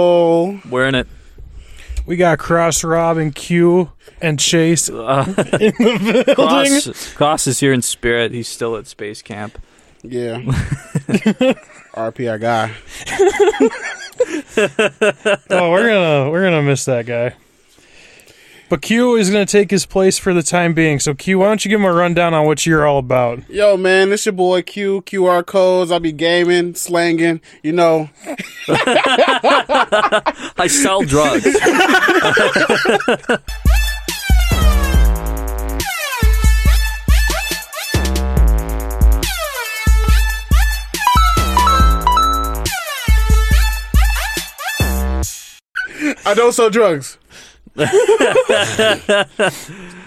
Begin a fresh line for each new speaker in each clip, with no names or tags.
Oh,
We're in it.
We got Cross, Rob, and Q, and Chase.
Koss, Koss is here in spirit. He's still at space camp.
yeah. RP our guy.
Oh, we're gonna we're gonna miss that guy. But Q is gonna take his place for the time being. So Q, why don't you give him a rundown on what you're all about?
Yo, man, it's your boy Q, QR codes. I'll be gaming, slanging, you know.
I sell drugs.
I don't sell drugs.
Uh,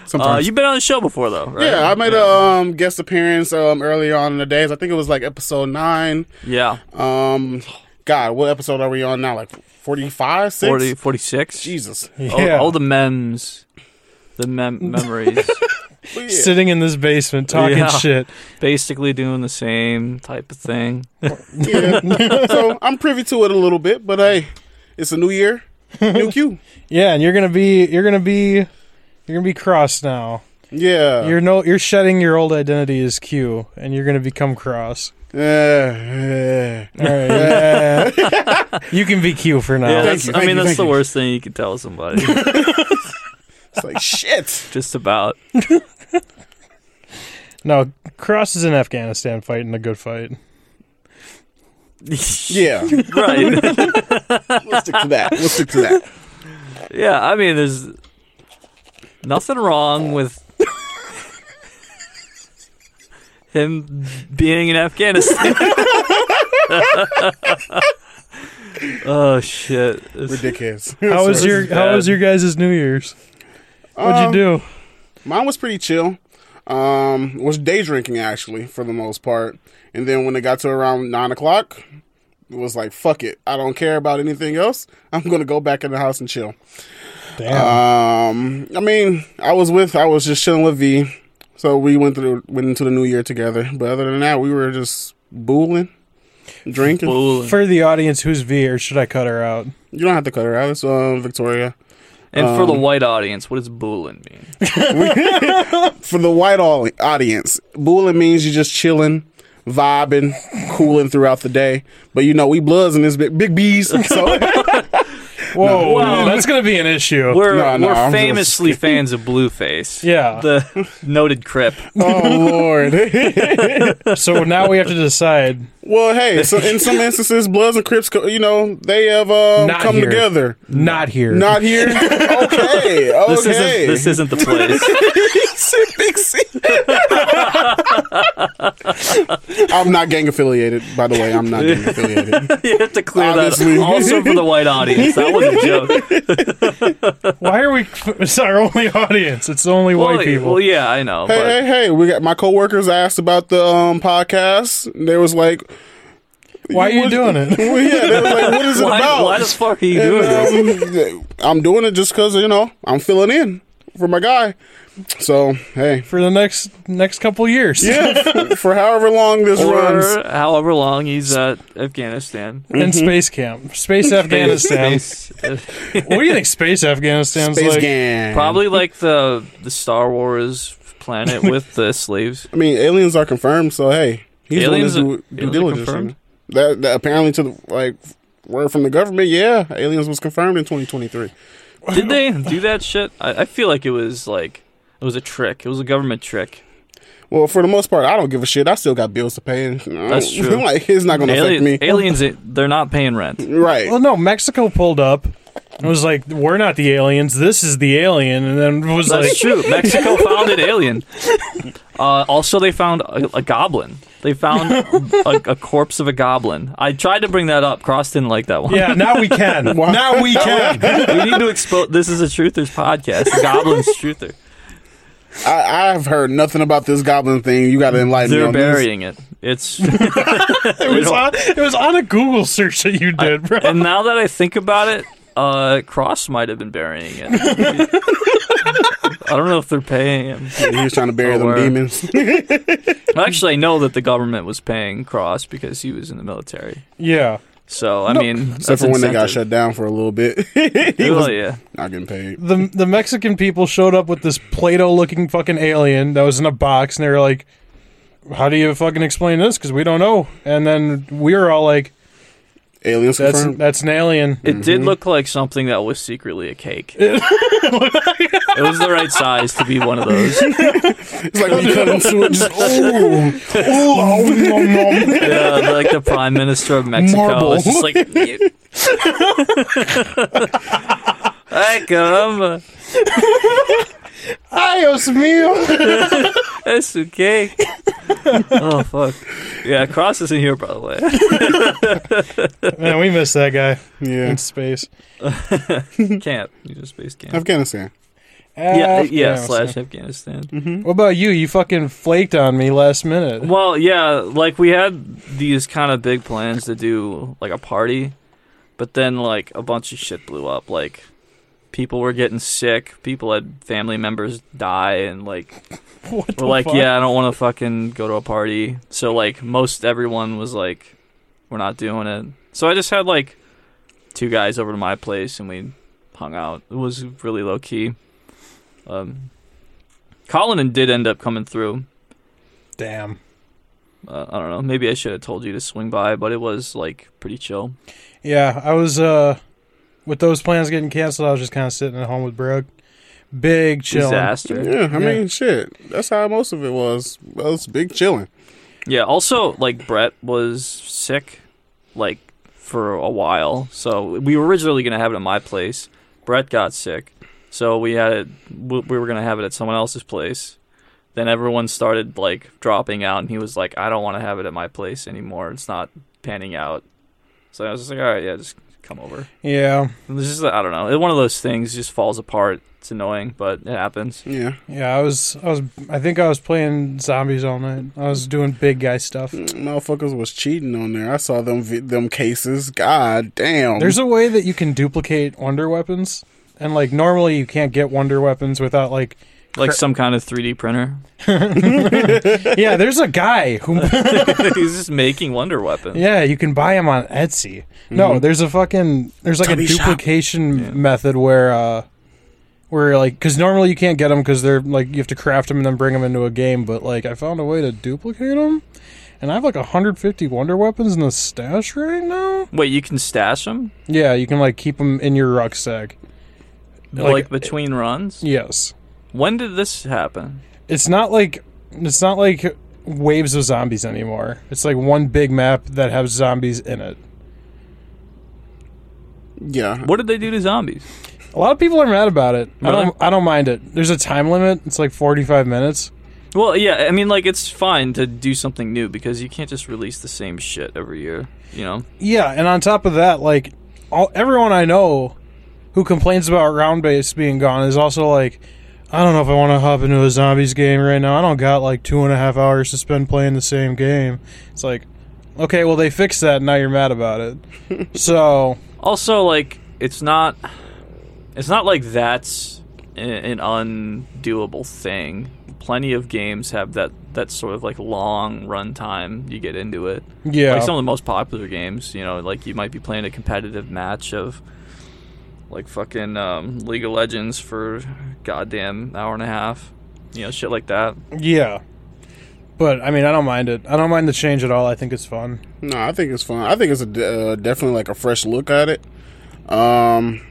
Sometimes.
you've been on the show before, though, right?
yeah, I made a um, guest appearance um, early on in the days. I think it was like episode nine.
Yeah.
Um, God, what episode are we on now? Like 45, 6?
40, 46.
Jesus.
All, all the memes. The mem- memories.
Well, yeah.
Sitting in this basement talking
Yeah.
shit.
Basically doing the same type of thing.
Yeah. so I'm privy to it a little bit, but hey, it's a new year, new Q.
Yeah, and you're gonna be you're gonna be you're gonna be Cross now.
Yeah.
You're no you're shedding your old identity as Q, and you're gonna become Cross.
Yeah, yeah.
All right, yeah. you can be Q for now.
yeah,
thank
that's,
you,
I
thank
mean,
you,
that's
thank
the
you.
worst thing you can tell somebody.
It's like shit.
Just about.
No, Cross is in Afghanistan fighting a good fight.
Yeah.
right.
We'll stick to that. We'll stick to that.
Yeah, I mean, there's nothing wrong with him being in Afghanistan. oh shit!
We're dickheads.
How was
Sorry.
your
is
How
bad.
was your guys' New Year's? What'd you do?
Mine was pretty chill. Um, was day drinking actually for the most part, and then when it got to around nine o'clock, it was like fuck it. I don't care about anything else. I'm gonna go back in the house and chill.
Damn.
Um, I mean, I was with, I was just chilling with V, so we went through, went into the new year together. But other than that, we were just booling, drinking.
Bull-
For the audience, who's V, or should I cut her out?
You don't have to cut her out. It's um, Victoria.
and for
um,
the white audience, what does "booling" mean?
For the white all- audience, booling means you just chilling, vibing, cooling throughout the day. But you know, we bloods and this big, big bees. So
Whoa,
Well-
that's gonna be an issue.
We're
No, no,
we're
I'm just-
famously fans of Blueface.
Yeah.
the noted Crip.
oh lord.
so now we have to decide.
well, hey, so in some instances, bloods and crips, co- you know, they have um,
Not
come
here.
together.
Not here.
Not here. okay. Okay.
This isn't this isn't the place.
I'm not gang affiliated, by the way. I'm not gang affiliated.
you have to clear
Obviously.
that. up. Also for the white audience, that was a joke.
Why are we? It's our only audience. It's only
well,
white people.
well, yeah, I know.
Hey,
but-
hey, hey! We got my coworkers asked about the um, podcast. And they was like,
Why are you
what-
doing it?
well, "Yeah." They was like, "What is it
why,
about?"
why the fuck are you doing this?
And, um, I'm doing it just because you know I'm filling in for my guy. So hey,
For the next next couple years.
yeah, for however long this runs,
Or however long he's at Afghanistan.
In space camp, space Afghanistan.
Space-
what do you think space Afghanistan's
space
like?
gang.
Probably like the the Star Wars planet with the slaves.
I mean, aliens are confirmed. So hey, he's
Aliens
the
are-
one that's due, due
aliens are
diligence.
confirmed?
you know. That, that apparently to the like word from the government, yeah, aliens was confirmed in 2023.
Did they do that shit? I, I feel like it was like it was a trick. It was a government trick.
Well, for the most part, I don't give a shit. I still got bills to pay. And, you know,
That's true.
like it's not gonna
Alien,
affect me,
Aliens, eh, they're not paying rent.
right?
Well, no, Mexico pulled up and was like, "We're not the aliens. This is the alien." And then was like,
That's true. Mexico found an alien. Uh, also, they found a, a goblin. They found a, a corpse of a goblin. I tried to bring that up. Cross didn't like that one.
"Yeah, now we can. Now we can."
we need to expose. This is a truthers podcast. The Goblin's truther.
I, I've heard nothing about this goblin thing. You got to enlighten me
They're
on this.
burying it. It's
it was on. It was on a Google search that you did, bro.
and now that I think about it, uh, Cross might have been burying it. I don't know if they're paying him.
He was trying to bury
Oh,
them
word.
demons.
Actually, I know that the government was paying Cross because he was in the military.
Yeah.
So I mean,
Except
that's
for when they got
incentive.
shut down for a little bit. he
Oh,
was
yeah.
not getting paid.
the the Mexican people showed up with this Play-Doh looking fucking alien that was in a box, and they were like, "How do you fucking explain this? Because we don't know." And then we were all like,
Aliens
"That's
confirmed.
that's an alien."
It did look like something that was secretly a cake. it was the right size to be one of those.
It's like when you cut into it, just ooh,
Oh, nom, nom.
Yeah, like the Prime Minister of Mexico.
Marble.
It's just like. I come.
Adios, mío.
That's a cake. oh fuck. Yeah, Cross is in here, by the way.
Man, we missed that guy
yeah.
in space.
Camp. You just space camp.
Afghanistan.
Yeah, yeah,
Afghanistan.
slash Afghanistan.
What about you? You fucking flaked on me last minute.
Well, yeah, like we had these kind of big plans to do like a party, but then like a bunch of shit blew up. Like people were getting sick, people had family members die, and like
What the
we're like,
fuck?
yeah, I don't want to fucking go to a party. So like most everyone was like, we're not doing it. So I just had like two guys over to my place and we hung out. It was really low key. Um, Colin did end up coming through
Damn.
uh, I don't know. Maybe I should have told you to swing by, but it was like pretty chill.
Yeah, I was uh with those plans getting canceled. I was just kind of sitting at home with Brooke. Big chilling.
Disaster.
Yeah, I
Yeah.
mean, shit. That's how most of it was. Well, it's big chilling.
Yeah. Also, like Brett was sick, like for a while. So we were originally gonna have it at my place. Brett got sick, so we had it. We we were gonna have it at someone else's place. Then everyone started like dropping out, and he was like, "I don't want to have it at my place anymore. It's not panning out." So I was just like, "All right, yeah, just come over."
Yeah.
It's just I don't know. It, one of those things just falls apart. It's annoying, but it happens.
Yeah.
Yeah, I was, I was, I think I was playing zombies all night. I was doing big guy stuff.
Mm. Motherfuckers was cheating on there. I saw them vi- them cases. God damn.
There's a way that you can duplicate wonder weapons, and like normally you can't get wonder weapons without like,
like some kind of 3D printer.
yeah, there's a guy who,
He's just making wonder weapons.
yeah, you can buy him on Etsy. No, there's a fucking, there's like
Mm-hmm. Tubby
a
shop.
duplication
Yeah.
method where, uh, where like, because normally you can't get them because they're like you have to craft them and then bring them into a game. But like, I found a way to duplicate them, and I have like 150 wonder weapons in the stash right now.
Wait, you can stash them
Yeah, you can like keep them in your rucksack.
like,
Like- uh,
between runs.
Yes,
When did this happen?
it's not like it's not like waves of zombies anymore. It's like one big map that has zombies in it.
yeah.
What did they do to zombies?
A lot of people are mad about it. I
Really?
don't. I don't mind it. There's a time limit. It's like 45 minutes.
Well, yeah, I mean, like it's fine to do something new because you can't just release the same shit every year. You know,
Yeah, and on top of that, like all everyone I know who complains about round base being gone is also like, I don't know if I want to hop into a zombies game right now. I don't got like two and a half hours to spend playing the same game. It's like, okay, well they fixed that. and Now you're mad about it. so
also like it's not it's not like that's a- an undoable thing plenty of games have that that sort of like long run time you get into it
Yeah.
like some of the most popular games you know like you might be playing a competitive match of like fucking um, league of legends for goddamn hour and a half you know shit like that
yeah, but I mean I don't mind it. I don't mind the change at all. I think it's fun.
No, I think it's fun. I think it's a de- uh, definitely like a fresh look at it. Um,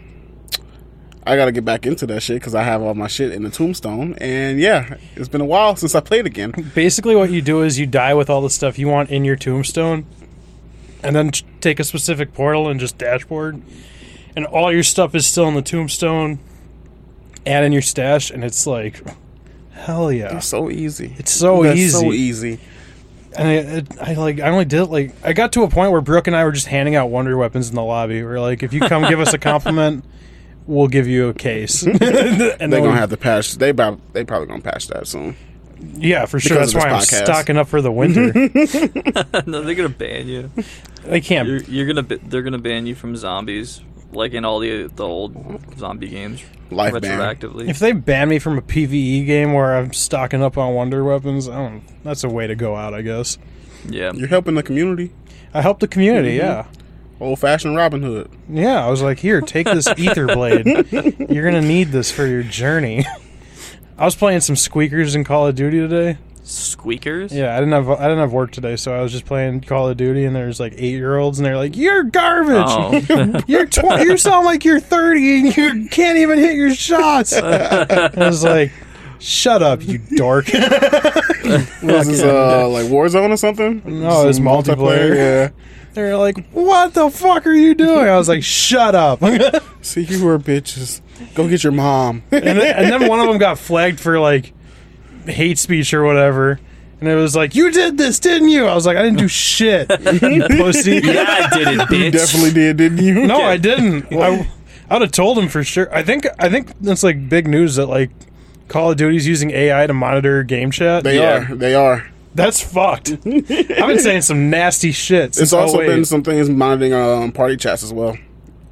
I gotta get back into that shit because I have all my shit in the tombstone, and yeah, it's been a while since I played again.
Basically, what you do is you die with all the stuff you want in your tombstone, and then t- take a specific portal and just dashboard, and all your stuff is still in the tombstone and in your stash, and it's like, hell yeah,
It's so easy.
it's so
That's
easy.
So easy.
And I, it, I like, I only did it, like, I got to a point where Brooke and I were just handing out wonder weapons in the lobby. We are like, if you come give us a compliment, we'll give you a case. and they're
They're gonna have to patch. They about they probably gonna patch that soon.
yeah, for sure.
because
That's
of
why I'm
this podcast.
stocking up for the winter.
no they're gonna ban you
they can't
you're, you're gonna ba- they're gonna ban you from zombies like in all the the old zombie games
Life ban.
retroactively
If they ban me from a PVE game where I'm stocking up on wonder weapons, I don't. That's a way to go out, I guess.
yeah
You're helping the community.
I help the community, yeah.
Old fashioned Robin Hood.
Yeah, I was like, here, take this ether blade. You're gonna need this for your journey. I was playing some squeakers in Call of Duty today.
Squeakers?
Yeah, I didn't have I didn't have work today, so I was just playing Call of Duty, and there's like eight year olds, and they're like, "You're garbage.
Oh.
You're twenty. You sound like you're thirty, and you can't even hit your shots." I was like, "Shut up, you dork."
What is this, uh, like Warzone or something?
No, it's
Some
multiplayer.
Yeah.
They're like, "What the fuck are you doing?" I was like, "Shut up."
See, you were bitches. Go get your mom.
and, then, and then one of them got flagged for like hate speech or whatever. And it was like, you did this, didn't you? I was like, I didn't do shit, you pussy.
Yeah, I did it, bitch.
you definitely did, didn't you?
No, I didn't. I, I would have told him for sure. I think I think that's like big news that like Call of Duty's using AI to monitor game chat.
They
Yeah.
are. They are.
that's fucked. I've been saying some nasty Oh, shit. Since
It's also
08.
been some things monitoring um, party chats as well.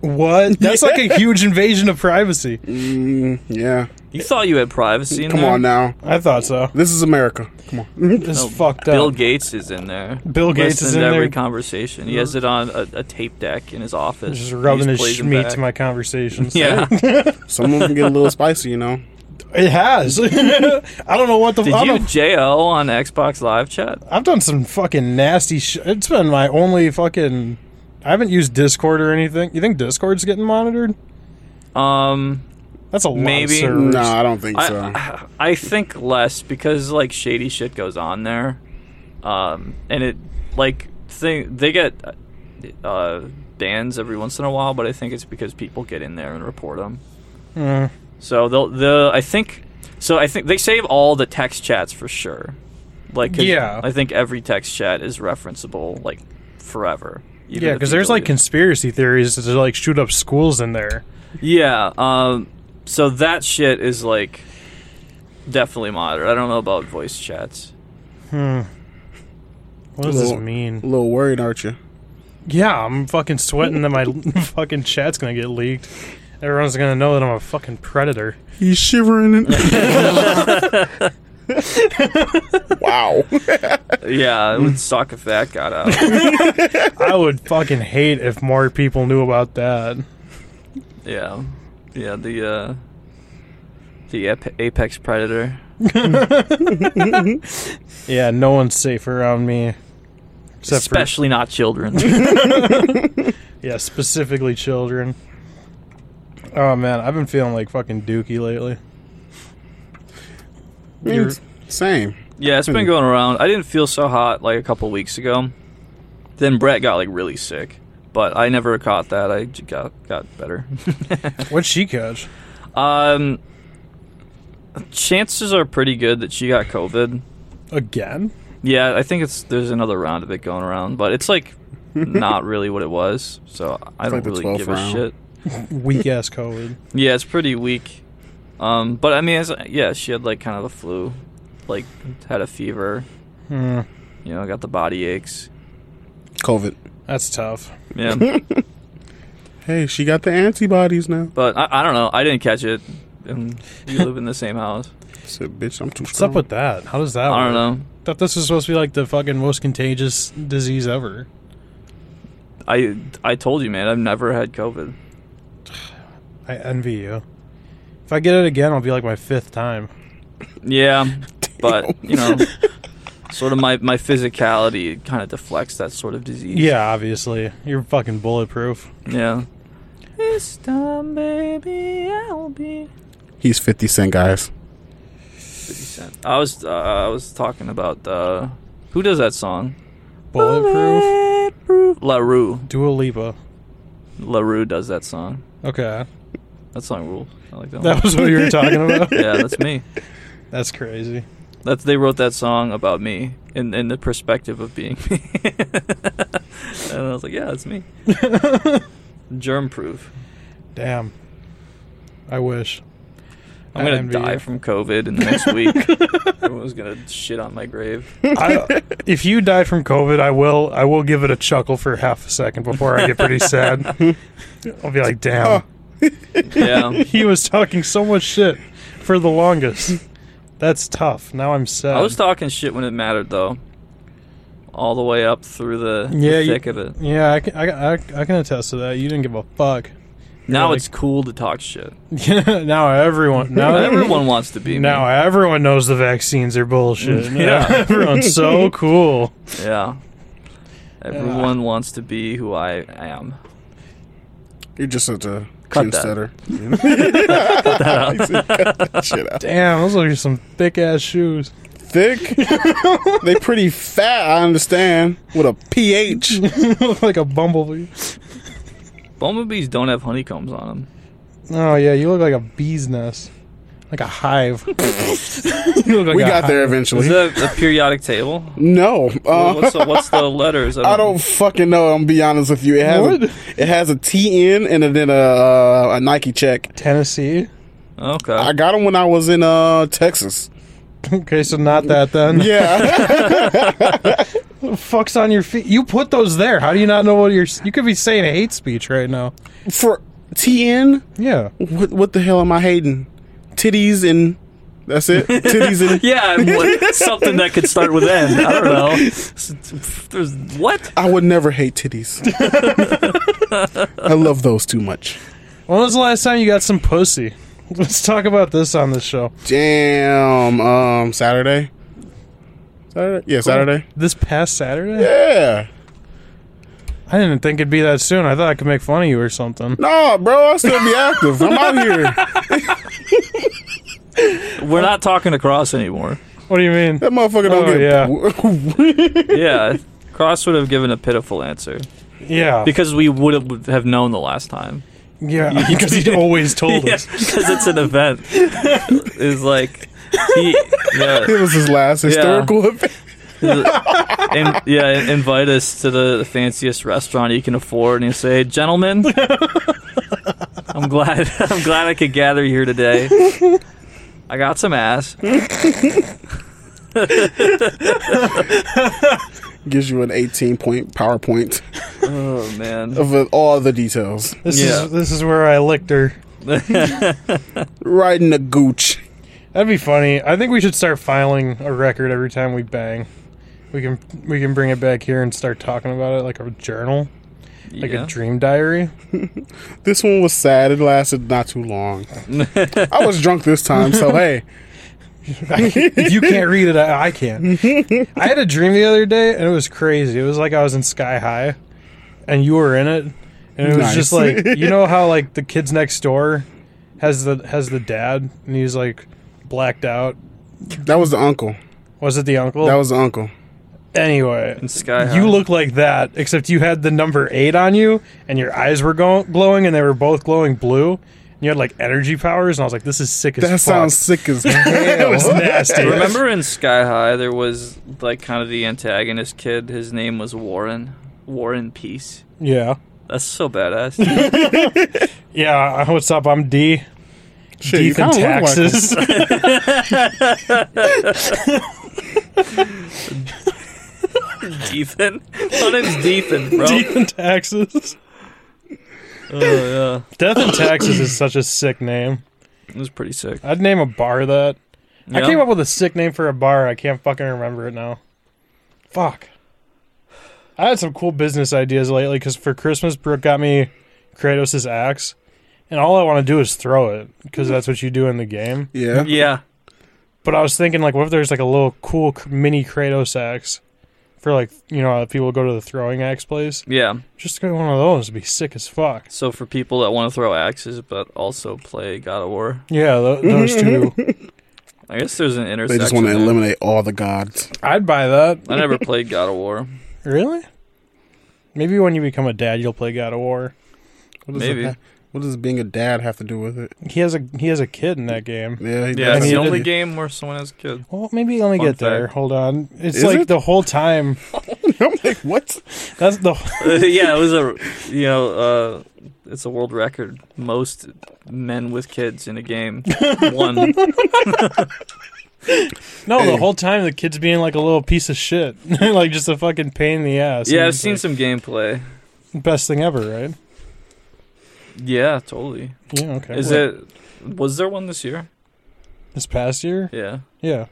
what? That's like a huge invasion of privacy.
Mm, yeah.
You thought you had privacy in
Come
there?
on now.
I thought so.
This is America. Come on.
This is fucked up.
Bill Gates is in there.
Bill Gates
Listens
is
to
in
every
there.
conversation. He has it on a, a tape deck in his office.
just
He
rubbing
just
his
plays 'em
schmeat
back.
to my conversations.
Yeah.
Some of them get a little spicy, you know.
It has. I don't know what the.
Did
I'm
you
a-
JO on Xbox Live Chat?
I've done some fucking nasty shit. It's been my only fucking. I haven't used Discord or anything. You think Discord's getting monitored?
Um,
That's a
Maybe.
lot of servers.
No, I don't think so.
I, I think less because like shady shit goes on there, um, and it like thing they get uh, bans every once in a while, but I think it's because people get in there and report them.
Mm.
So they'll the I think so I think they save all the text chats for sure. Like 'cause
Yeah.
I think every text chat is referenceable like forever. even
Yeah,
if
because
you
there's like
delete it.
conspiracy theories to like shoot up schools in there.
Yeah. Um. So that shit is like definitely moderate. I don't know about voice chats.
What does
Little-
this
A
mean?
little worried, aren't you?
Yeah, I'm fucking sweating that my fucking chat's gonna get leaked. Everyone's gonna know that I'm a fucking predator.
He's shivering. wow.
Yeah, it
Mm.
would suck if that got out.
I would fucking hate if more people knew about that.
yeah. Yeah. The uh, the ap- apex predator.
Yeah, no one's safe around me. Except for
Especially not children.
Yeah, specifically children. Oh man, I've been feeling like fucking dookie lately. You're-
Same.
yeah, it's been
Hmm.
going around. I didn't feel so hot like a couple weeks ago. Then Brett got like really sick, but I never caught that. I j- got got better.
What'd she catch?
um, chances are pretty good that she got COVID.
Again?
Yeah, I think it's there's another round of it going around, but it's like not really what it was. So I don't
like the
really
12th
give a
round.
shit.
Weak ass COVID.
Yeah, it's pretty weak. Um, but I mean, it's, yeah, she had like kind of a flu, like had a fever.
Hmm,
You know, got the body aches.
COVID.
that's tough.
Yeah,
Hey, she got the antibodies now.
but I, I don't know. I didn't catch it. And you live in the same house.
Said, bitch, I'm too
What's up
strong.
with that? How does
Oh,
that
I don't
work?
know.
Thought this was supposed to be like the fucking most contagious disease ever.
I I told you, man. I've never had COVID.
I envy you. If I get it again, I'll be like my fifth time.
Yeah, but you know, sort of my my physicality kind of deflects that sort of disease.
Yeah, obviously. You're fucking bulletproof.
Yeah. This time, baby, I'll be.
He's 50 Cent, guys.
I was uh, I was talking about uh, who does that song?
Bulletproof?
Bulletproof. Larue.
Dua Lipa.
Larue does that song.
Okay.
That song rules. I like that. one.
That was what you were talking about?
yeah, that's me.
That's crazy.
That's they wrote that song about me in in the perspective of being me. and I was like, yeah, that's me. Germ proof.
Damn. I wish.
I'm gonna
envy
die
you.
from COVID in the next week. Everyone's gonna shit on my grave.
I, if you die from COVID, I will. I will give it a chuckle for half a second before I get pretty sad. I'll be like, "Damn,
Oh.
Yeah.
he was talking so much shit for the longest. That's tough." Now I'm sad.
I was talking shit when it mattered, though. all the way up through the, the
Yeah, you-
thick of it.
Yeah, I can, I, I, I can attest to that. You didn't give a fuck.
Now
like-
it's cool to talk shit.
now everyone, now
Everyone wants to be
now
me.
everyone knows the vaccines are bullshit.
Yeah.
everyone's so cool.
Yeah. Everyone wants to be who I am.
You're just such a
Cut
trendsetter. Cut that shit out.
Damn, those are some thick ass shoes.
Thick. they pretty fat. I understand. With a pH.
Look like a bumblebee.
Bumblebees don't have honeycombs on them.
Oh yeah, you look like a bee's nest, like a hive. You look like
We
a
got there
hive.
Is
eventually.
that a periodic table?
no. Uh,
What's the, what's the letters?
I don't fucking know. I'm be honest with you. It has
What?
a, it has a TN and then a uh, a Nike check.
Tennessee.
Okay.
I got them when I was in uh Texas.
Okay, so not that then.
Yeah,
fuck's on your feet? You put those there. How do you not know what you're? You could be saying hate speech right now.
for TN.
Yeah.
What what the hell am I hating? Titties and that's it. Titties and
yeah, and what, something that could start with N. I don't know. S- s- There's what?
I would never hate titties. I love those too much.
When was the last time you got some pussy? Let's talk about this on this show.
Damn. Um, Saturday. Saturday. Yeah, Saturday.
This past Saturday?
Yeah.
I didn't think it'd be that soon. I thought I could make fun of you or something.
No, bro. I'll still be active. I'm out here.
We're not talking to Cross anymore.
What do you mean?
That motherfucker don't
Oh,
get.
Yeah, Cross would have given a pitiful answer
Yeah.
because we would have- have known the last time.
yeah. Because he always told
Yeah,
us.
because it's an event. It's like he, yeah,
it was his last historical event.
in, yeah, in- invite us to the fanciest restaurant you can afford, and you say, "Gentlemen, I'm glad, I'm glad I could gather here today. I got some ass.
Gives you an 18 point PowerPoint
Oh man,
of uh, all the details.
This
Yeah.
is this is where I licked her.
Right in the gooch.
That'd be funny. I think we should start filing a record every time we bang. We can we can bring it back here and start talking about it like a journal, like
yeah.
a dream diary.
This one was sad. It lasted not too long. I was drunk this time, so hey.
if you can't read it, I, I can. I had a dream the other day, and it was crazy. It was like I was in Sky High, and you were in it, and it was
Nice.
just like you know how like the kids next door has the has the dad, and he's like blacked out.
That was the uncle.
Was it the uncle?
That was the uncle.
anyway.
In Sky High.
You look like that, except you had the number eight on you, and your eyes were go- glowing, and they were both glowing blue. And you had like energy powers, and I was like, "This is sick as
That
fuck."
sounds sick as hell.
was nasty.
Remember in Sky High, there was like kind of the antagonist kid. His name was Warren. Warren Peace.
yeah,
That's so badass.
yeah. uh, What's up? I'm D.
Shit, you
Deep in
kinda look like him.
taxes.
Deepin. My name's Deepin, bro.
Deep in taxes.
Oh yeah,
Death in Taxes is such a sick name.
it was pretty sick.
I'd name a bar that. I
Yeah.
came up with a sick name for a bar. I can't fucking remember it now. Fuck. I had some cool business ideas lately because for Christmas, Brooke got me Kratos' axe. And all I want to do is throw it because that's what you do in the game.
Yeah.
Yeah,
But I was thinking, like, what if there's like a little cool k- mini Kratos axe for like, you know, if people go to the throwing axe place?
yeah.
Just get one of those. It'd be sick as fuck.
So for people that want to throw axes but also play God of War,
Yeah, th- those two.
I guess there's an
They
intersection.
just want to
there.
eliminate all the gods.
I'd buy that.
I never played God of War.
Really? Maybe when you become a dad, you'll play God of War.
What does
Maybe.
it ha- what does being a dad have to do with it?
He has a he has a kid in that game.
Yeah, he
Yeah,
does.
it's
I
the
mean,
only
it-
game where someone has a kid.
Well, maybe let me
Fun
get there.
fact.
Hold on. It's
Is
like
it?
the whole time.
I'm like, what?
That's the
yeah, it was a you know uh, it's a world record most men with kids in a game. One.
no.
Hey.
The whole time the kid's being like a little piece of shit, like just a fucking pain in the ass.
Yeah,
And
I've
it's
seen some gameplay.
like, best thing ever, right?
Yeah, totally.
Yeah. Okay.
Is
Well,
it? Was there one this year?
this past year?
Yeah.
Yeah.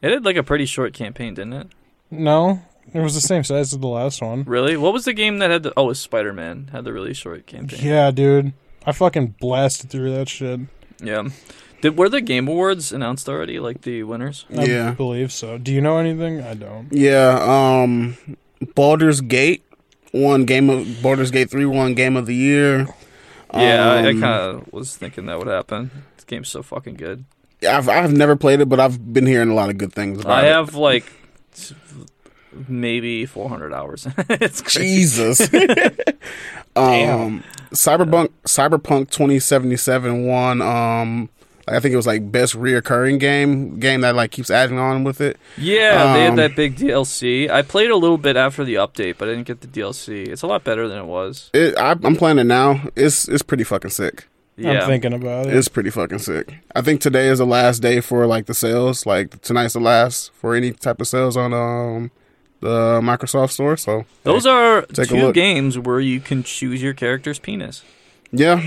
It had like a pretty short campaign, didn't it?
No. It was the same size as the last one.
Really? What was the game that had the? Oh, it was Spider Man had the really short campaign.
Yeah, dude. I fucking blasted through that shit.
Yeah. Did were the Game Awards announced already? Like the winners?
I
Yeah.
believe so. Do you know anything? I don't.
Yeah, um Baldur's Gate won game of Baldur's Gate 3 won game of the year.
Yeah, I, I
Um,
kind of was thinking that would happen. This game's so fucking good.
I've I've never played it, but I've been hearing a lot of good things about
I
it.
have like t- maybe 400 hours. it's crazy.
Jesus. um Cyberpunk Cyberpunk 2077 won um I think it was like best reoccurring game game that like keeps adding on with it.
Yeah, they
Um,
had that big DLC. I played a little bit after the update, but I didn't get the DLC. It's a lot better than it was.
it I, I'm playing it now. It's it's pretty fucking sick.
Yeah,
I'm thinking about it.
It's pretty fucking sick. I think today is the last day for like the sales. Like tonight's the last for any type of sales on um the Microsoft store. So
those are
Take a
two
look.
games where you can choose your character's penis.
yeah,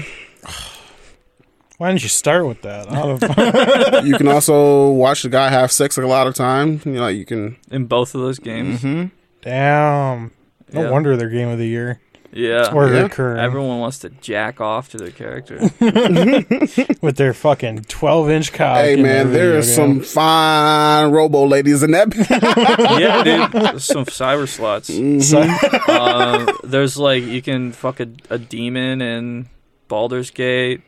Why didn't you start with that? I don't-
you can also watch the guy have sex a lot of time. You know, like, you can.
in both of those games.
Mm-hmm.
Damn. No
Yeah.
wonder they're game of the year.
Yeah.
Or
Yeah.
recurring.
Everyone wants to jack off to their character.
with their fucking 12 inch cock.
Hey
in
man,
their
there
video
is
game.
some fine robo ladies in that.
yeah, dude. There's Some cyber slots.
Mm.
Mhm.
So-
Um, there's like you can fuck a, a demon in Baldur's Gate.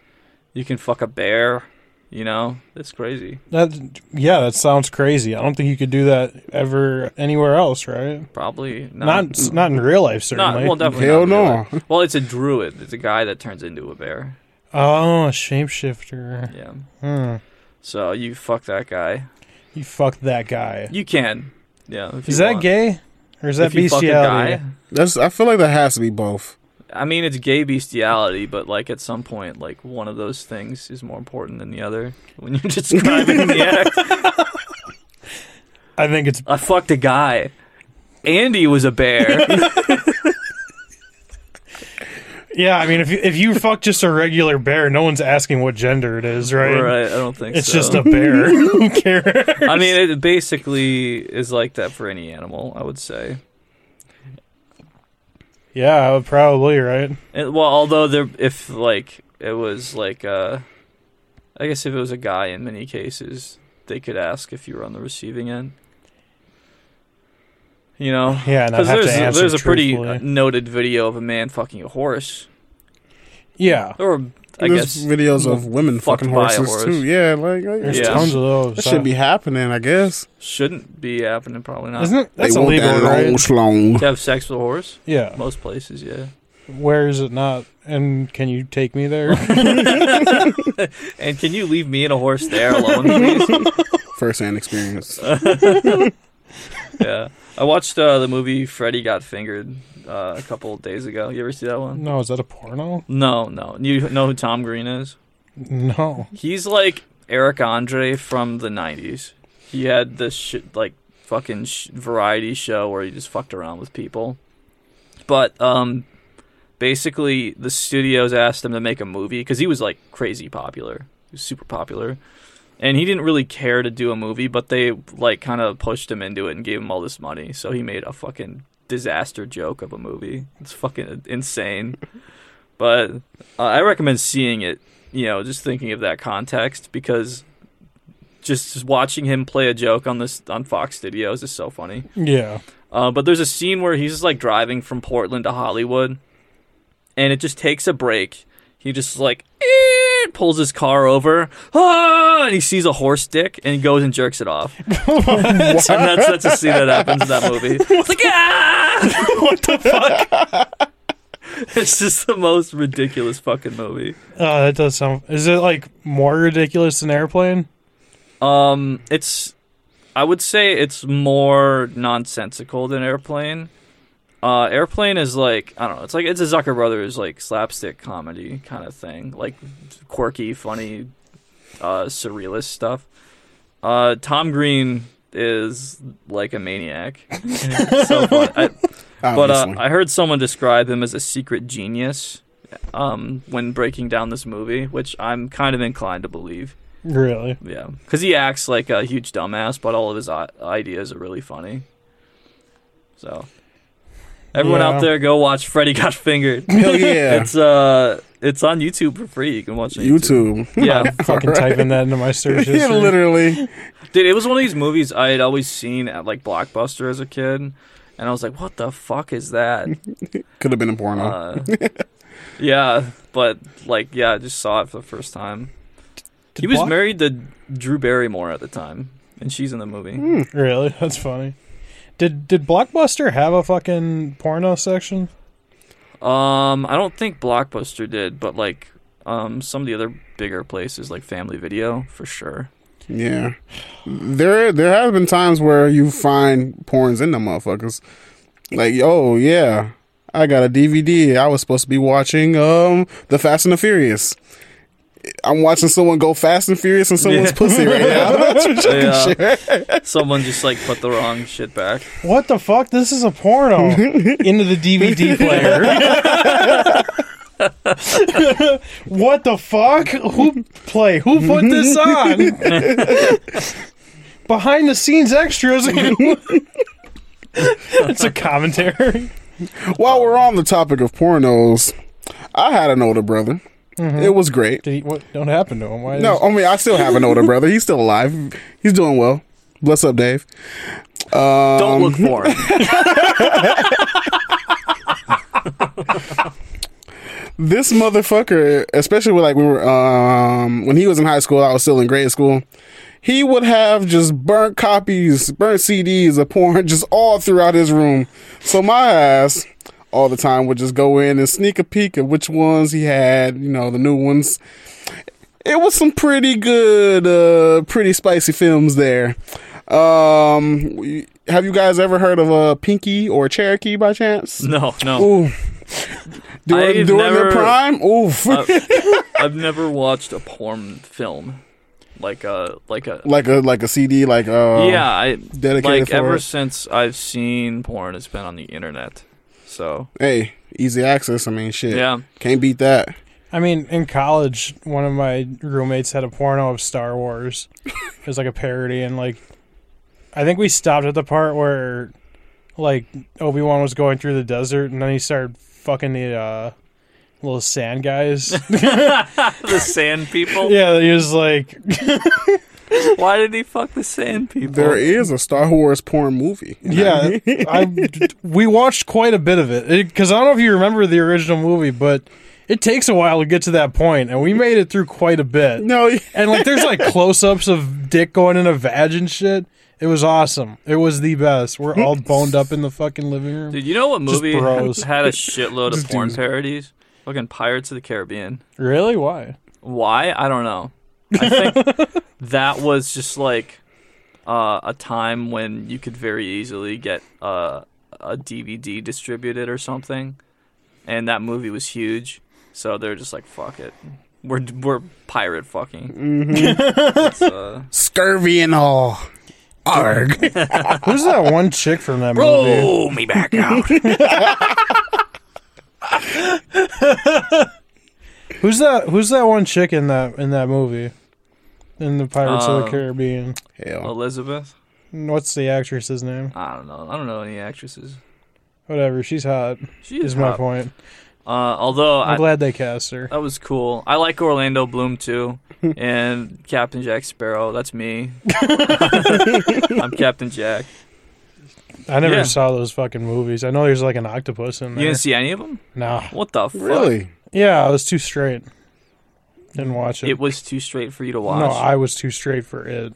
You can fuck a bear. You know, it's crazy.
that, yeah, that sounds crazy. I don't think you could do that ever anywhere else, right?
Probably not.
Not not in real life,
not-
certainly.
well, definitely.
Hell
not
no.
really. Well, it's a druid. It's a guy that turns into a bear.
oh, a shapeshifter.
Yeah.
Hmm.
So you fuck that guy.
You fucked that guy.
You can. Yeah. if
Is
you
that
want.
gay? Or is that
if you fuck a
bestiality?
guy,
That's. I feel like that has to be both.
I mean, it's gay bestiality, but like at some point, like one of those things is more important than the other when you're describing the act.
I think it's
I fucked a guy. Andy was a bear.
yeah. I mean, if you, if you fuck just a regular bear, no one's asking what gender it is, right?
right? I don't think
It's
so.
just a bear. Who cares?
I mean, it basically is like that for any animal, I would say.
Yeah, probably right.
And, well, although there, if like it was like, uh, I guess if it was a guy, in many cases they could ask if you were on the receiving end. You know,
Yeah, and I
Because
have
there's,
to answer
there's a pretty
truthfully.
noted video of a man fucking a horse,
yeah.
or I
There's
guess
videos of women
fucked
fucking
by a
horses
horse.
too. Yeah, like, like
There's
Yeah.
tons of those.
that should be happening. I guess
shouldn't be happening. Probably not.
Uh, Isn't it? That's
they want
illegal,
that
right?
long schlong.
to have sex with a horse?
Yeah.
Most places, yeah.
Where is it not? And can you take me there?
And can you leave me and a horse there alone, please?
First hand experience.
uh, yeah. I watched uh, the movie Freddy Got Fingered uh, a couple of days ago. You ever see that one?
no, is that a porno?
No, no. You know who Tom Green is?
No.
He's like Eric Andre from the '90s. He had this shit like fucking sh- variety show where he just fucked around with people. But um, basically, the studios asked him to make a movie because he was like crazy popular. He was super popular, and he didn't really care to do a movie. But they like kind of pushed him into it and gave him all this money, so he made a fucking disaster joke of a movie. It's fucking insane. But uh, I recommend seeing it you know, just thinking of that context because just, just watching him play a joke on this on Fox Studios is so funny.
Yeah.
Uh, but there's a scene where he's like driving from Portland to Hollywood, and it just takes a break. He just like "Eh," pulls his car over, ah, and he sees a horse dick, and he goes and jerks it off. and that's that's a scene that happens in that movie. It's like ah, what the fuck? it's just the most ridiculous fucking movie.
Uh, that does sound. Is it like more ridiculous than airplane?
Um, it's I would say it's more nonsensical than Airplane. Uh, Airplane is like I don't know. It's like it's a Zucker Brothers like slapstick comedy kind of thing, like quirky, funny, uh, surrealist stuff. Uh, Tom Green is like a maniac. so fun. I, but uh,
Obviously.
I heard someone describe him as a secret genius um, when breaking down this movie, which I'm kind of inclined to believe.
Really?
Yeah, because he acts like a huge dumbass, but all of his i- ideas are really funny. So everyone
Yeah.
out there, go watch Freddy Got Fingered.
Hell yeah.
It's uh, it's on YouTube for free. You can watch it. on
YouTube.
Yeah,
Fucking typing that into my search history.
Yeah, literally.
dude, it was one of these movies I had always seen at like Blockbuster as a kid, and I was like, "What the fuck is that?"
Could have been a porno.
Uh, yeah, but like, yeah, I just saw it for the first time.
Did
he was
Block-
married to Drew Barrymore at the time, and she's in the movie.
Hmm.
Really? That's funny. Did did Blockbuster have a fucking porno section?
Um, I don't think Blockbuster did, but like, um, some of the other bigger places like Family Video for sure.
yeah. There there have been times where you find porns in them motherfuckers. Like, oh yeah. I got a DVD. I was supposed to be watching um The Fast and the Furious. I'm watching someone go fast and furious in someone's
Yeah.
pussy right now. That's what you-
Yeah. Someone just like put the wrong shit back.
What the fuck? This is a porno into the DVD player. what the fuck? Who play? Who put this on? Behind the scenes extras. it's a commentary.
While we're on the topic of pornos, I had an older brother.
Mm-hmm.
It was great.
Did he, what? Don't happen to him. Why?
No, I mean I still have an older brother. He's still alive. He's doing well. Bless up, Dave.
Don't look for him.
This motherfucker, especially with like when we were um when he was in high school, I was still in grade school. He would have just burnt copies, burnt CDs of porn just all throughout his room. So my ass all the time would just go in and sneak a peek at which ones he had, you know, the new ones. It was some pretty good, uh, pretty spicy films there. Um, we- have you guys ever heard of a Pinky or Cherokee by chance?
No, no.
Ooh. During,
I've
during
never- Uh,
their prime? Oof.
I've never watched a porn film, like a like a
like a like a CD, like uh
yeah. I
dedicated
like
for
ever
it.
since I've seen porn, it's been on the internet. So
Hey, easy access. I mean, shit.
yeah,
Can't beat that.
I mean, in college, one of my roommates had a porno of Star Wars. It was like a parody, and like, I think we stopped at the part where, like, Obi Wan was going through the desert, and then he started fucking the uh, little sand guys.
the sand people.
yeah, he was like,
Why did he fuck the sand people?
There is a Star Wars porn movie.
yeah. I we watched quite a bit of it because I don't know if you remember the original movie, but it takes a while to get to that point, and we made it through quite a bit.
No.
And like, there's like close-ups of dick going in a vag and shit. It was awesome. It was the best. We're all boned up in the fucking living room.
Dude, you know what movie
bros.
had a shitload of
Just
porn
dudes.
parodies? Fucking Pirates of the Caribbean.
Really? Why?
Why? I don't know. I think that was just like uh, a time when you could very easily get uh, a DVD distributed or something, and that movie was huge. So they're just like, "Fuck it, we're we're pirate fucking." It's, uh,
Scurvy and all. Arg.
Who's that one chick from that movie?
roll me back out.
Who's that? Who's that one chick in that in that movie? In the Pirates of
Uh,
the Caribbean.
Hell.
Elizabeth,
What's the actress's name?
I don't know. I don't know any actresses.
Whatever. She's hot.
She
Is
is
my
hot.
point.
Uh, although
I'm
I,
glad they cast her.
That was cool. I like Orlando Bloom too, and Captain Jack Sparrow. That's me. I'm Captain Jack.
I never
yeah.
saw those fucking movies. I know there's like an octopus in
You
there.
didn't see any of them?
no.
What the fuck?
Really?
Yeah, I was too straight. Didn't watch it.
It was too straight for you to watch.
no, I was too straight for it.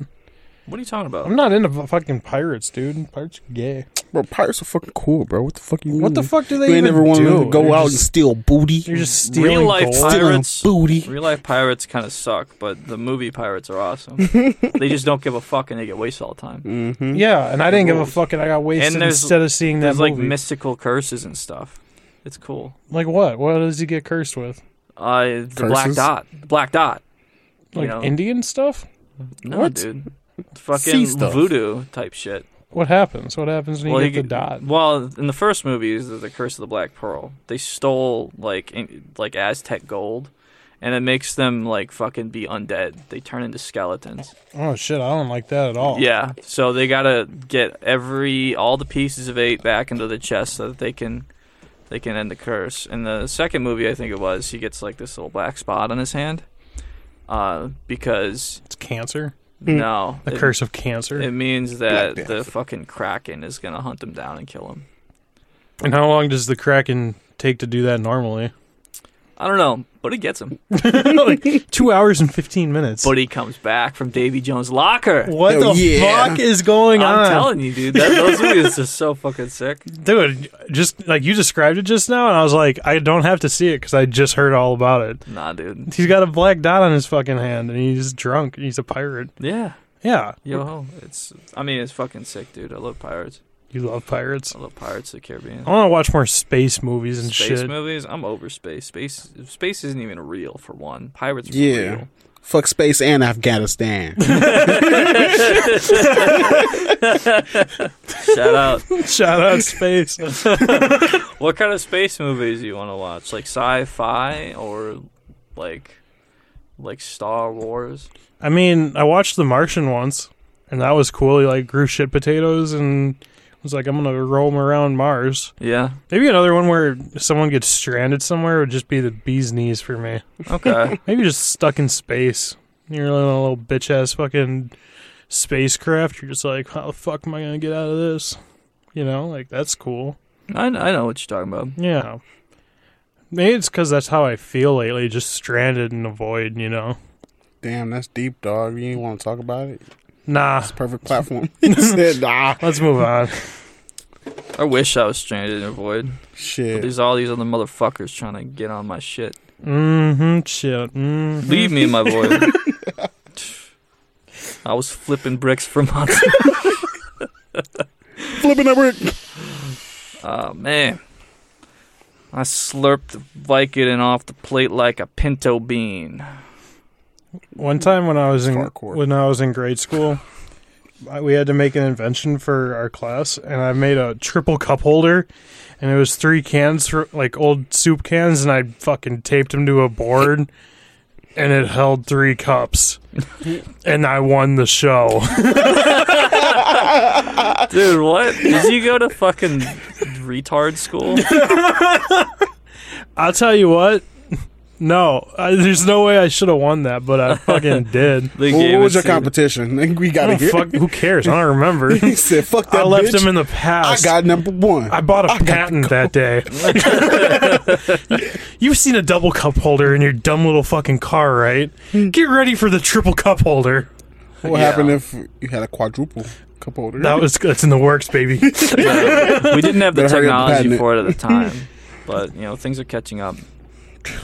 what are you talking about?
I'm not into fu- fucking pirates, dude. Pirates are gay.
Bro, pirates are fucking cool, bro. What the fuck you
What the
mean?
fuck do they
You
even
ain't Mm. never wanted
do?
to go
They're
out and
just-
steal booty.
They're just stealing
Real life
gold.
Stealing
pirates.
booty.
Real life pirates kind of suck, but the movie pirates are awesome. they just don't give a fuck and they get wasted all the time.
Mm-hmm.
Yeah, and I didn't give a
rules.
fuck, and I got wasted
And there's-
instead of seeing that
There's like
movie.
mystical curses and stuff. It's cool.
like what? What does he get cursed with?
Uh, the black
Curses?
dot. Black dot. You
Like
know?
Indian stuff?
No,
What?
dude.
Sea
Fucking
stuff.
voodoo type shit.
What happens? What happens when you
Well,
get
he-
the dot?
Well, in the first movie is the Curse of the Black Pearl. They stole like in, like Aztec gold, and it makes them like fucking be undead. They turn into skeletons.
Oh shit, I don't like that at all.
Yeah, so they gotta get every all the pieces of eight back into the chest so that they can they can end the curse. In the second movie, I think it was, he gets like this little black spot on his hand uh, because
It's cancer.
no,
The
it-
curse of cancer.
It means that
Black death.
the fucking kraken is gonna hunt him down and kill him.
and how long does the kraken take to do that normally?
I don't know, but it gets him.
like two hours and fifteen minutes.
But he comes back from Davy Jones' locker.
what
Hell
the
yeah.
fuck is going
I'm
on,
telling you, dude. That, those movies are so fucking sick.
dude? Just like you described it just now, and I was like, I don't have to see it because I just heard all about it.
Nah, dude.
He's got a black dot on his fucking hand, and he's drunk. And he's a pirate.
Yeah,
Yeah,
yo ho. It's. I mean, it's fucking sick, dude. I love pirates.
you love pirates.
I love Pirates of the Caribbean.
I want to watch more space movies Oh, and
Space
shit.
movies. I'm over space. Space. Space isn't even real for one. Pirates. Were
Yeah.
Real.
Fuck space and Afghanistan.
Shout out.
Shout out space.
what kind of space movies do you want to watch? Like sci-fi or like like Star Wars?
I mean, I watched The Martian once, and that was cool. He like grew shit potatoes and was like, I'm gonna roam around Mars.
Yeah.
Maybe another one where someone gets stranded somewhere would just be the bee's knees for me.
Okay.
Maybe just stuck in space. You're in a little bitch ass fucking spacecraft. You're just like, how the fuck am I gonna get out of this? You know, like that's cool.
I I know what you're talking about.
Yeah. Maybe it's because that's how I feel lately, just stranded in a void, you know?
Damn, that's deep, dog. You ain't want to talk about it.
Nah,
Perfect platform. He said, nah,
let's move on.
I wish I was stranded in a void.
shit.
There's all these other motherfuckers trying to get on my shit.
Mm-hmm. Shit. Mm-hmm.
Leave me in my void. I was flipping bricks for months.
Flipping over.
Oh man. I slurped the Vicodin off the plate like a pinto bean.
One time when I was in
Farquhar.
when I was in grade school, I- we had to make an invention for our class, and I made a triple cup holder, and it was three cans for like old soup cans, and I fucking taped them to a board, and it held three cups, and I won the show.
Dude, what? Did you go to fucking retard school?
I'll tell you what. No, I, there's no way I should have won that, but I fucking did.
They
Well,
gave
what was
it
your
to you.
competition? Nigga, We got
I
to
don't
get
Oh, fuck, who cares? I don't remember.
He said, fuck that
I left
bitch.
him in the
I
past.
got number one.
I bought a patent that day. You've seen a double cup holder in your dumb little fucking car, right? Get ready for the triple cup holder.
what
Yeah.
happened if you had a quadruple cup holder?
That was that's in the works, baby.
we didn't have the
Better hurry up and
technology
patent it.
for it at the time. But you know, things are catching up.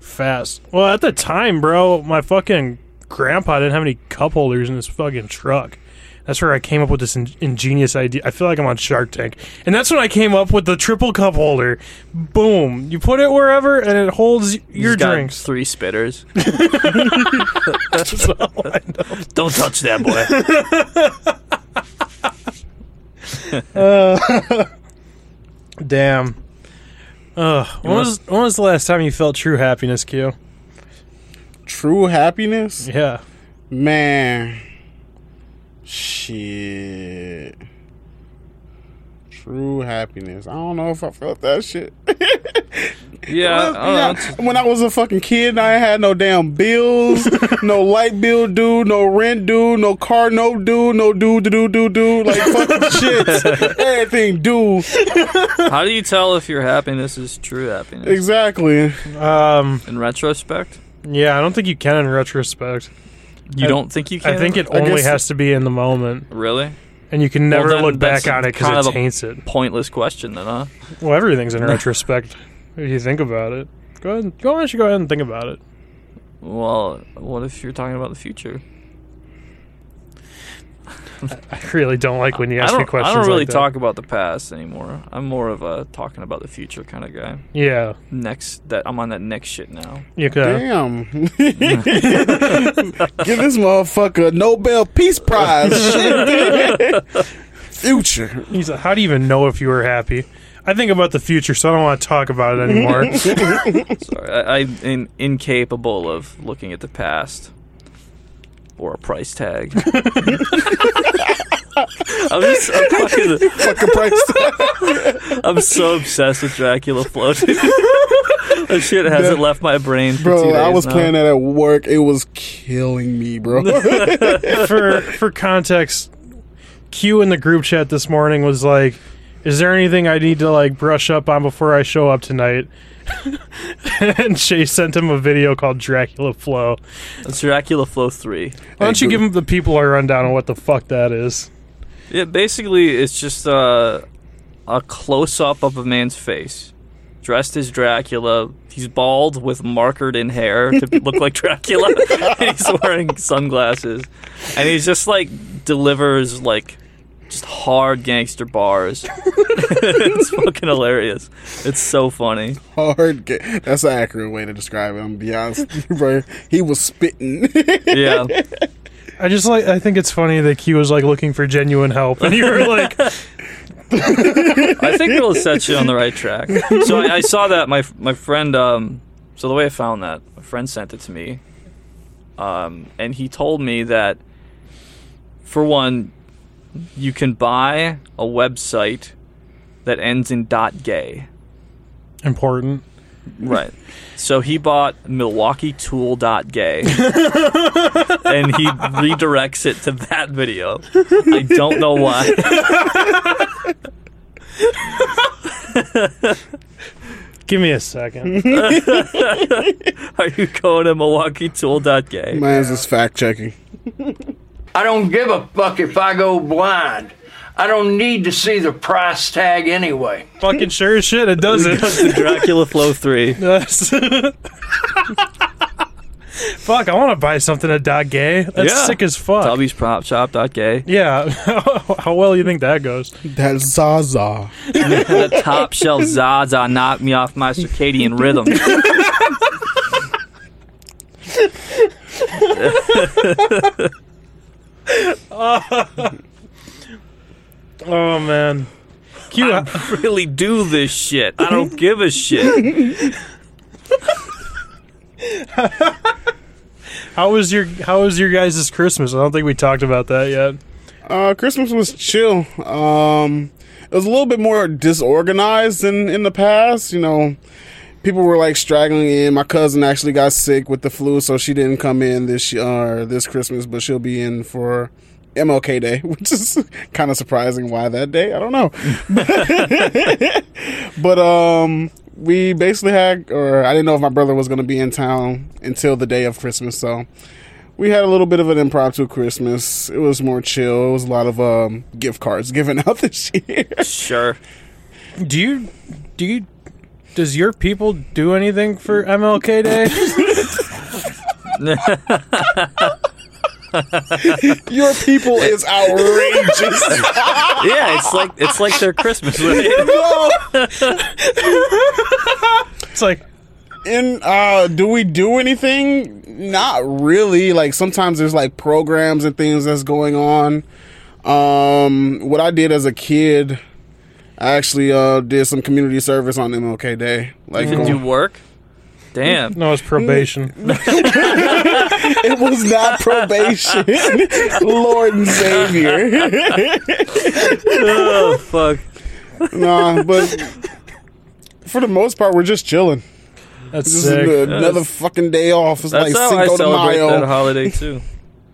Fast. Well, at the time, bro, my fucking grandpa didn't have any cup holders in his fucking truck. That's where I came up with this in- ingenious idea. I feel like I'm on Shark Tank. And that's when I came up with the triple cup holder. Boom. You put it wherever and it holds y- your
He's got
drinks.
three spitters.
That's all I
Don't touch that boy.
Damn. Ugh. When
wanna-
was when was the last time you felt true happiness, Q?
True happiness?
Yeah.
Man. Shit. True happiness. I don't know if I felt that shit.
yeah, I don't know.
when I was a fucking kid, I ain't had no damn bills, no light bill due, no rent due, no car note due, no due do do do do like fucking shit. Everything due.
How do you tell if your happiness is true happiness?
Exactly.
Um.
In retrospect,
Yeah. I don't think you can in retrospect.
you
I-
don't think you can.
I think it
I
only
guess-
has to be in the moment,
really
and you can
Well,
never
then
look back
that's
on it
kind
because
of
it
a-
taints it.
pointless question, then, huh?
Well, everything's in retrospect if you think about it. Go ahead. Go ahead. You go ahead and think about it.
Well, what if you're talking about the future?
I really don't like when you
I
ask me
don't. I
questions.
don't really
like that.
talk about the past anymore. I'm more of a talking about the future kind of guy.
Yeah.
Next, that I'm on that next shit now.
You could.
Damn. Give this motherfucker a Nobel Peace Prize. Shit. Future.
He's like, how do you even know if you were happy? I think about the future, so I don't want to talk about it anymore.
Sorry, I, I'm in, incapable of looking at the past or a price tag. I'm just I'm fucking
Fucking price tag.
I'm so obsessed with Dracula floating. that shit hasn't left my brain. For two
Bro, I
days
was
now.
playing that at work. It was killing me, bro.
for for context, Q in the group chat this morning was like, "Is there anything I need to like brush up on before I show up tonight?" and Shay sent him a video called Dracula Flow.
It's Dracula Flow Three.
Why don't
Hey,
you
gr-
give him the people a rundown on what the fuck that is?
Yeah, basically, it's just uh, a close up of a man's face. Dressed as Dracula, he's bald with markered in hair to look like Dracula. and he's wearing sunglasses, and he's just like delivers like just hard gangster bars. it's fucking hilarious. It's so funny.
Hard. Ga- That's an accurate way to describe it. I'm gonna be honest, bro. He was spitting.
Yeah,
I just like I think it's funny that Q was like looking for genuine help, and you were like,
I think it'll set you on the right track. So I, I saw that my my friend. Um, so the way I found that, my friend sent it to me, um, and he told me that for one, you can buy a website that ends in dot gay.
"Important."
Right. So he bought MilwaukeeTool.gay and he redirects it to that video. I don't know why.
Give me a second.
Are you going to MilwaukeeTool.gay?
Mine's just fact checking.
I don't give a fuck if I go blind. I don't need to see the price tag anyway.
Fucking sure as shit, it does it.
to Dracula Flow 3.
Yes. fuck, I want to buy something at Dot Gay. That's
Yeah.
sick as fuck.
Tubby's Prop Shop dot gay.
Yeah, how well you think that goes?
That Zaza.
the top shelf Zaza knocked me off my circadian rhythm.
Oh man, Q, h-
I really do this shit. I don't give a shit.
how was your how was your guys' Christmas? I don't think we talked about that yet.
Uh, Christmas was chill. Um, it was a little bit more disorganized than in the past. You know, people were like straggling in. My cousin actually got sick with the flu, so she didn't come in this uh, this Christmas, but she'll be in for MLK Day, which is kind of surprising. Why that day? I don't know. but um, we basically had, or I didn't know if my brother was going to be in town until the day of Christmas, so we had a little bit of an impromptu Christmas. It was more chill. It was a lot of um, gift cards given out this year.
Sure.
Do you do you does your people do anything for MLK Day?
Your people is outrageous.
Yeah, it's like it's like their Christmas. Right?
it's like
and uh, do we do anything? Not really. Like sometimes there's like programs and things that's going on. Um, what I did as a kid, I actually uh, did some community service on MLK Day. Like
Did you work? Damn.
no, it's probation.
it was not probation, Lord and Savior.
Oh fuck.
nah, but for the most part, we're just chilling.
That's
This is
sick.
a- another fucking day off. It's
That's
like
how I
Cinco de
celebrate that
Mayo,
holiday too.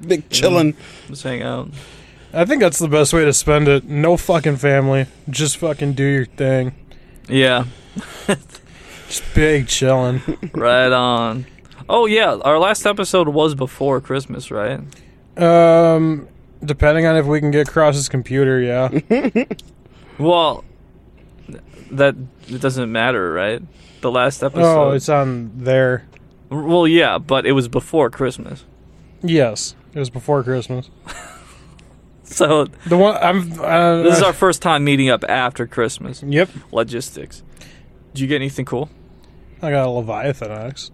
big chilling.
Just hang out.
I think that's the best way to spend it. No fucking family, just fucking do your thing.
Yeah.
Just big chilling.
Right on. Oh yeah, our last episode was before Christmas, right?
Um, depending on if we can get Cross's computer, yeah.
Well, that it doesn't matter, right? The last episode.
Oh, it's on there.
Well, yeah, but it was before Christmas.
Yes, it was before Christmas.
So
The one I'm. Uh,
this is our first time meeting up after Christmas.
Yep,
Logistics. Did you get anything cool?
I got a Leviathan axe.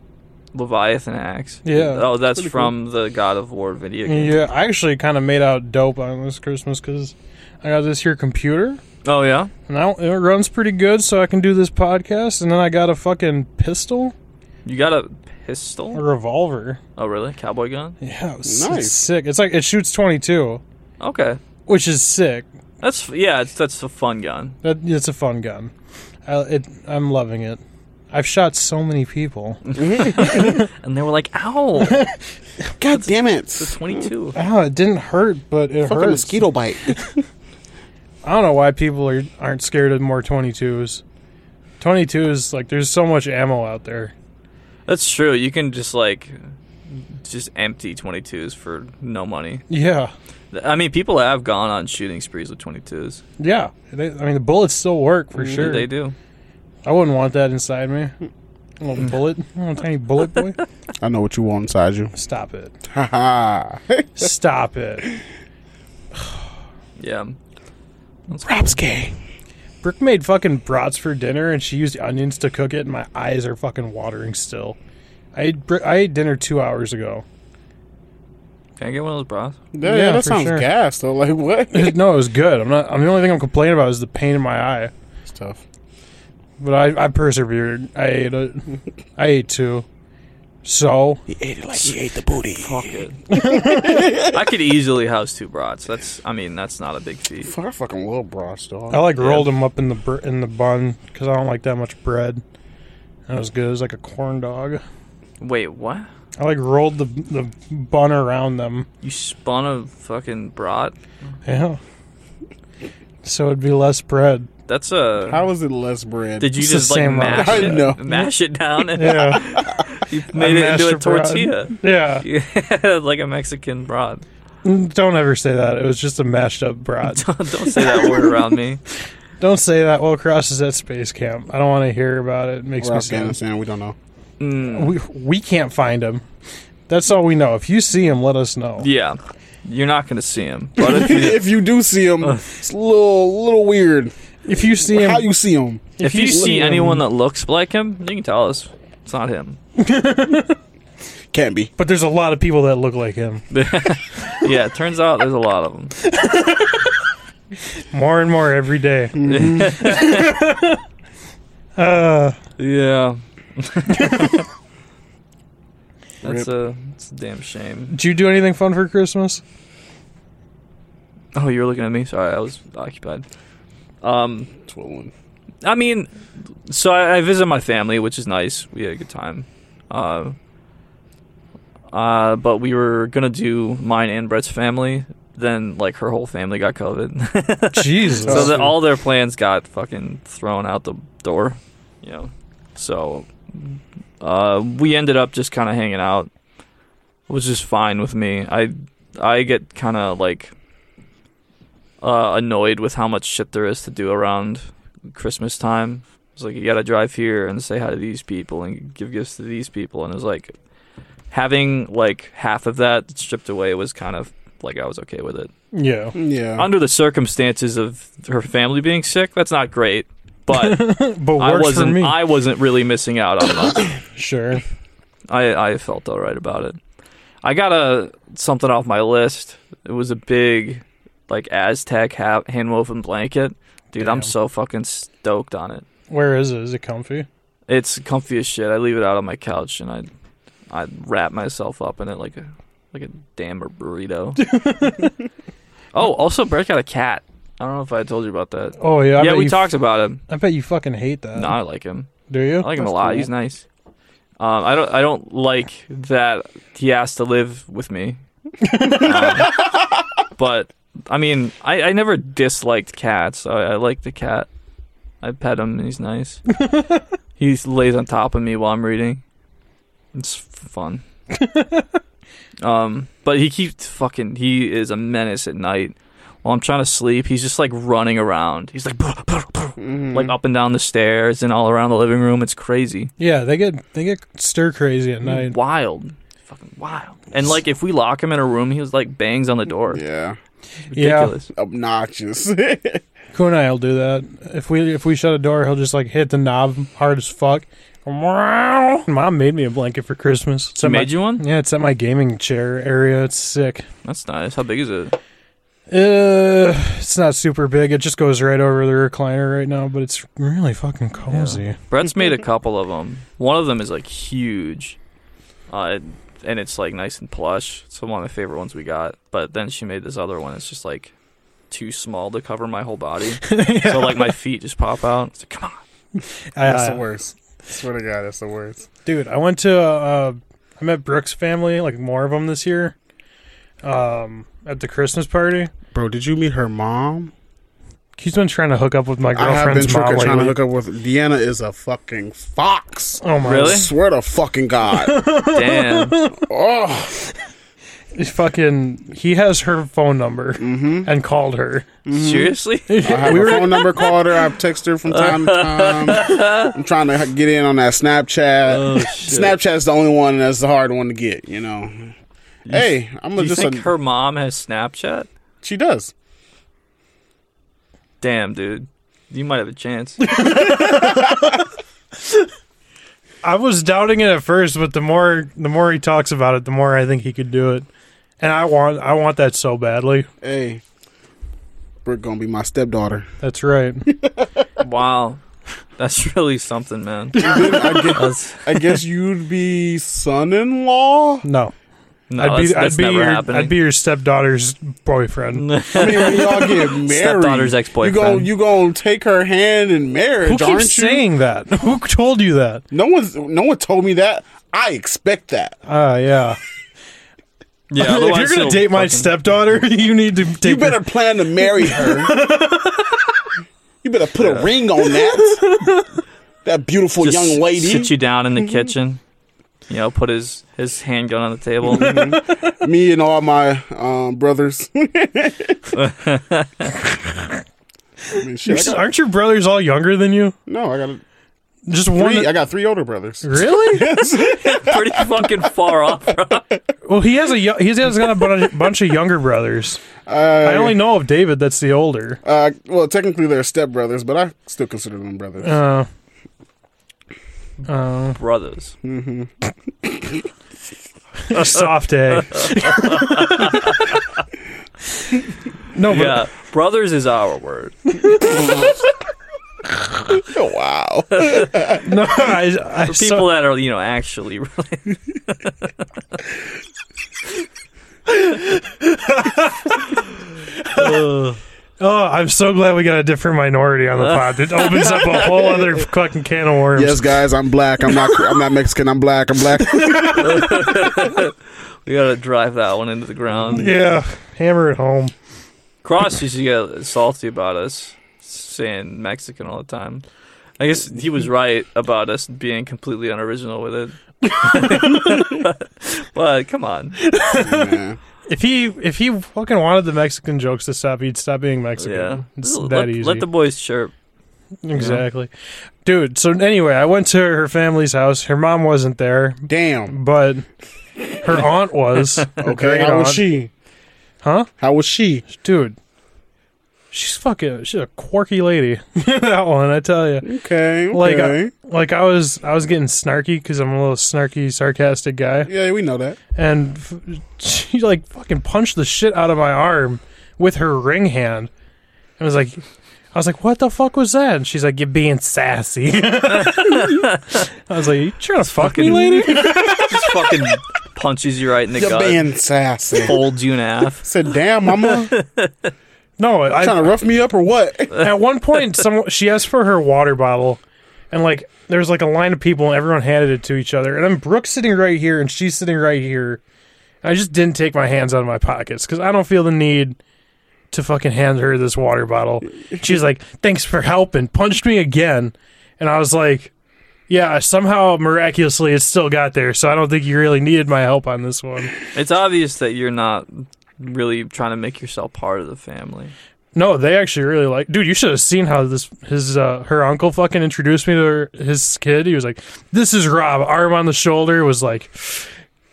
Leviathan axe.
Yeah,
Oh, that's
pretty cool.
from the God of War video game.
Yeah, I actually kind of made out dope on this Christmas because I got this here computer
Oh yeah.
and I, it runs pretty good, so I can do this podcast. And then I got a fucking pistol,
You got a
a
pistol?
revolver.
Oh really? Cowboy gun?
Yeah, it was
Nice.
it's sick. It's like it shoots twenty two,
Okay.
which is sick.
That's yeah. It's, that's a fun gun.
That it's a fun gun. I, it, I'm loving it. I've shot so many people.
And they were like, "Ow,
God damn it!
it's 22."
Oh, it didn't hurt, but it
Fucking
hurts.
mosquito bite.
I don't know why people are aren't scared of more 22s. 22s like there's so much ammo out there.
That's true. You can just like just empty 22s for no money.
Yeah,
I mean, people have gone on shooting sprees with 22s.
yeah. They, I mean, the bullets still work for sure.
They do.
I wouldn't want that inside me. A little bullet, a little tiny bullet boy.
I know what you want inside you.
Stop it!
Ha ha.
Stop it!
Yeah.
Raps gay.
Brooke made fucking brats for dinner, and she used onions to cook it. And my eyes are fucking watering still. I ate, br- I ate dinner two hours ago.
Can I get one of those bras?
Yeah,
Yeah,
that
for
sounds
sure.
gas though. Like what?
no, it was good. I'm not. I'm the only thing I'm complaining about is the pain in my eye.
It's tough.
But I, I persevered. I ate it. I ate two. So
He ate it like he ate the booty.
Fuck it. I could easily house two brats. That's. I mean, that's not a big feat.
Fuck, I fucking love brats, dog.
I
Oh.
like rolled them up in the br- in the bun because I don't like that much bread. That was good. It was like a corn dog.
Wait, what?
I like rolled the the bun around them.
You spun a fucking brat?
Yeah. So it'd be less bread.
That's a.
How is it less bread?
did you
It's the
just like
same
mash
rod. I
it,
know.
mash it down and
Yeah.
you made it into a
mashed a rod.
tortilla?
yeah.
Yeah, like a Mexican brat.
Don't ever say that. It was just a mashed up brat.
Don't, don't say that word around me.
don't say that. Well, crosses at space camp. I don't want to hear about it. It makes
Or
me sad.
Afghanistan, we don't know.
We we can't find him. That's all we know. If you see him, let us know.
Yeah, you're not gonna see him. But if you,
if you do see him, it's a little, little weird.
If you see him,
How you see him?
if you
you
see
see him-
anyone that looks like him, you can tell us it's not him.
Can't be.
but there's a lot of people that look like him.
Yeah, it turns out there's a lot of them.
More and more every day. uh,
Yeah. that's a that's a damn shame.
did you do anything fun for Christmas?
Oh, you were looking at me. Sorry, I was occupied. Um,
Twilling.
I mean, so I, I visit my family, which is nice. We had a good time. Uh, uh, but we were gonna do mine and Brett's family. Then, like, her whole family got COVID,
Jesus.
so that all their plans got fucking thrown out the door. You know, so uh, we ended up just kind of hanging out, which is fine with me. I I get kind of like uh, annoyed with how much shit there is to do around Christmas time. It's like you got to drive here and say hi to these people and give gifts to these people, and it was like having like half of that stripped away was kind of like I was okay with it.
yeah.
Yeah.
Under the circumstances of her family being sick, that's not great, but
But
I
works for
wasn't
me.
I wasn't really missing out on much.
sure.
I, I felt all right about it. I got a something off my list. It was a big, like Aztec ha- hand woven blanket, dude. I'm
Damn.
so fucking stoked on it.
Where is it? Is it comfy?
It's comfy as shit. I leave it out on my couch and I, I wrap myself up in it like a, like a damn burrito. oh, also Brett got a cat. I don't know if I told you about that.
Oh yeah. I
yeah,
bet
we
you,
talked about him.
I bet you fucking hate that.
No, I like him.
Do you?
I like him a lot. He's nice. Um, I don't. I don't like that he has to live with me. Um, but I mean, I, I never disliked cats. I, I like the cat. I pet him. and He's nice. he lays on top of me while I'm reading. It's f- fun. um, but he keeps fucking. He is a menace at night. While I'm trying to sleep, he's just like running around. He's like, "Bruh, bruh, bruh,"
Mm-hmm.
like up and down the stairs and all around the living room. It's crazy,
Yeah, they get they get stir crazy at night.
wild, fucking wild. And like, if we lock him in a room, he was like bangs on the door.
Yeah.
Ridiculous.
Obnoxious.
Yeah, Kunai will do that. If we if we shut a door, he'll just like hit the knob hard as fuck. Mom made me a blanket for Christmas. It's
She
at my-
made you one?
Yeah, it's at my gaming chair area. It's sick.
That's nice. How big is it?
Uh, it's not super big. It just goes right over the recliner right now, but it's really fucking cozy.
Brett's made a couple of them. One of them is like huge, uh, and it's like nice and plush. It's one of my favorite ones we got. But then she made this other one. It's just like too small to cover my whole body, so like my feet just pop out. It's like, come on.
That's
I-
the worst. Swear to God, that's the worst.
dude i went to uh i met brooks family like more of them this year um at the christmas party
Bro, did you meet her mom?
he's been trying to hook up with my
I have been
girlfriend's mom
tricking- trying to
lately.
hook up with. Deanna is a fucking fox.
oh my
Really?
Swear to fucking God.
Damn.
oh,
he's fucking he has her phone number
Mm-hmm.
and called her
Seriously?
I have her phone number. Called her. I've texted her from time to time. I'm trying to get in on that Snapchat. Snapchat's the only one that's the hard one to get. You know. hey, I'm
Do
gonna
you
just.
think
a-
her mom has Snapchat?
she does.
Damn, dude. You might have a chance.
i was doubting it at first but the more the more he talks about it the more i think he could do it and i want i want that so badly
Hey, Brooke gonna be my stepdaughter.
that's right
Wow. That's really something, man.
I guess,
That's,
I guess you'd be son-in-law.
no,
no,
i'd be
that's, that's
i'd be
never
your
happening.
i'd be your stepdaughter's boyfriend
I mean, when y'all get married,
Stepdaughter's ex-boyfriend.
You gonna you gonna take her hand in marriage?
who
aren't you?
keeps saying that who told you that
No one's no one told me that. I expect that.
Ah, yeah.
yeah, otherwise
if you're gonna
he'll
date my
fucking-
stepdaughter, you need to take.
You better plan to marry her. you better put a ring on that. That beautiful
just
young lady.
sit you down
Mm-hmm.
in the kitchen. You know, put his his handgun on the table.
me and all my um, brothers. I mean, shit, I got-
Aren't your brothers all younger than you?
no, I got a-
Just one.
three. I got three older brothers.
really?
Pretty fucking far off. bro.
well, he has a yo- he has got a bunch, bunch of younger brothers. I only know of David. That's the older.
Uh, well, technically they're stepbrothers, but I still consider them brothers.
Uh,
Brothers.
Mm-hmm. a soft egg. no, but
Yeah, brothers is our word.
Oh, wow.
no. I, I
For people
so-
that are you know actually related.
oh, I'm so glad we got a different minority on the
Uh.
pod. It opens up a whole other fucking can of worms.
yes, guys, I'm black. I'm not. I'm not Mexican. I'm black. I'm black.
We gotta drive that one into the ground.
Yeah. Hammer it home.
Cross used to get salty about us saying Mexican all the time. I guess he was right about us being completely unoriginal with it. but come on,
Man.
If he if he fucking wanted the Mexican jokes to stop, he'd stop being Mexican.
yeah,
It's
let,
that
let
easy.
the boys chirp.
exactly. Dude, so anyway, I went to her family's house. Her mom wasn't there,
Damn.
but her aunt was.
Okay.
Great
How was
aunt.
she?
Huh?
How was she?
Dude. She's fucking she's a quirky lady. that one, I tell you.
Okay.
Like
okay.
I, like I was I was getting snarky cuz I'm a little snarky sarcastic guy.
yeah, we know that.
and f- she like fucking punched the shit out of my arm with her ring hand. And was like, I was like, what the fuck was that? And she's like, you're being sassy. I was like, you trying to fuck me,
fucking-
lady?
just fucking punches you right in the
You're
gut,
being sassy.
folds you in half.
Said, damn, mama,
No, I,
trying to rough me up or what?
at one point, someone she asked for her water bottle, and like there was like a line of people, and everyone handed it to each other. And I'm Brooke sitting right here, and she's sitting right here. I just didn't take my hands out of my pockets because I don't feel the need to fucking hand her this water bottle. She's like, "Thanks for helping," punched me again, and I was like. Yeah, somehow miraculously it still got there, so I don't think you really needed my help on this one.
It's obvious that you're not really trying to make yourself part of the family.
No, they actually really like. Dude, you should have seen how this his uh, her uncle fucking introduced me to her, his kid. He was like, "This is Rob." Arm on the shoulder was like,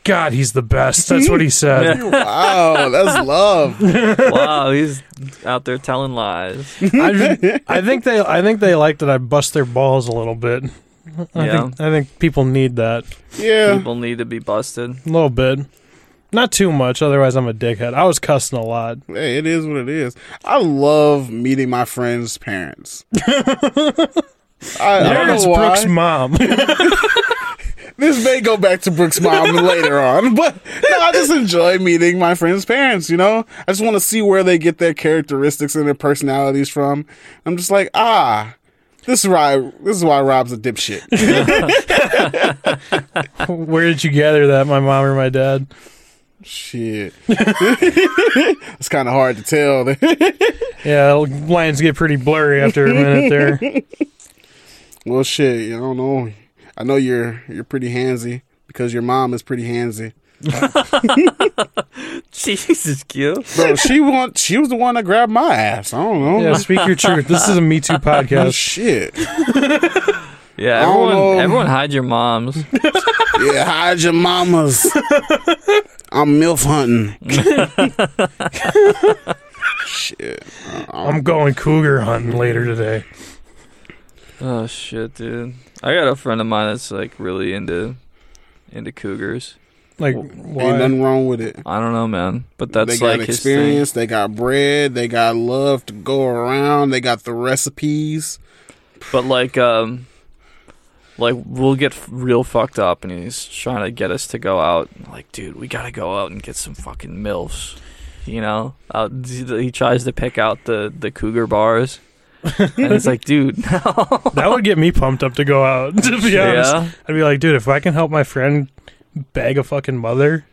"God, he's the best." That's what he said.
wow, that's love.
Wow, he's out there telling lies.
I, I think they I think they like that I bust their balls a little bit. I
yeah,
think I think people need that
Yeah.
people need to be busted.
a little bit. Not too much, otherwise I'm a dickhead. I was cussing a lot.
Hey, it is what it is. I love meeting my friends' parents. I, I don't
Parents
know why.
Brooke's mom.
This may go back to Brooke's mom later on, but no, I just enjoy meeting my friends' parents. You know, I just want to see where they get their characteristics and their personalities from. I'm just like, ah, this is why this is why Rob's a dipshit.
Where did you gather that? My mom or my dad?
Shit, it's kind of hard to tell.
Yeah, lines get pretty blurry after a minute there.
well, shit, I don't know. I know you're you're pretty handsy because your mom is pretty handsy.
Jesus, Q.
Bro, she want she was the one that grabbed my ass. I don't know.
Yeah, speak your truth. This is a Me Too podcast.
Shit.
Yeah,
don't
everyone,
know.
everyone hide your moms.
Yeah, hide your mamas. I'm MILF hunting. Shit.
I'm going cougar hunting later today.
Oh shit, dude. I got a friend of mine that's like really into into cougars.
Like,
Ain't
why?
nothing wrong with it.
I don't know, man, but that's
they got
like his thing.
experience, they got bread, they got love to go around, they got the recipes.
But like, um, like we'll get f- real fucked up, and he's trying to get us to go out. and, Like, dude, we gotta go out and get some fucking milfs. You know, out, he tries to pick out the the cougar bars, and it's like, dude, no.
That would get me pumped up to go out, to be honest.
yeah.
I'd be like, dude, if I can help my friend bag a fucking mother,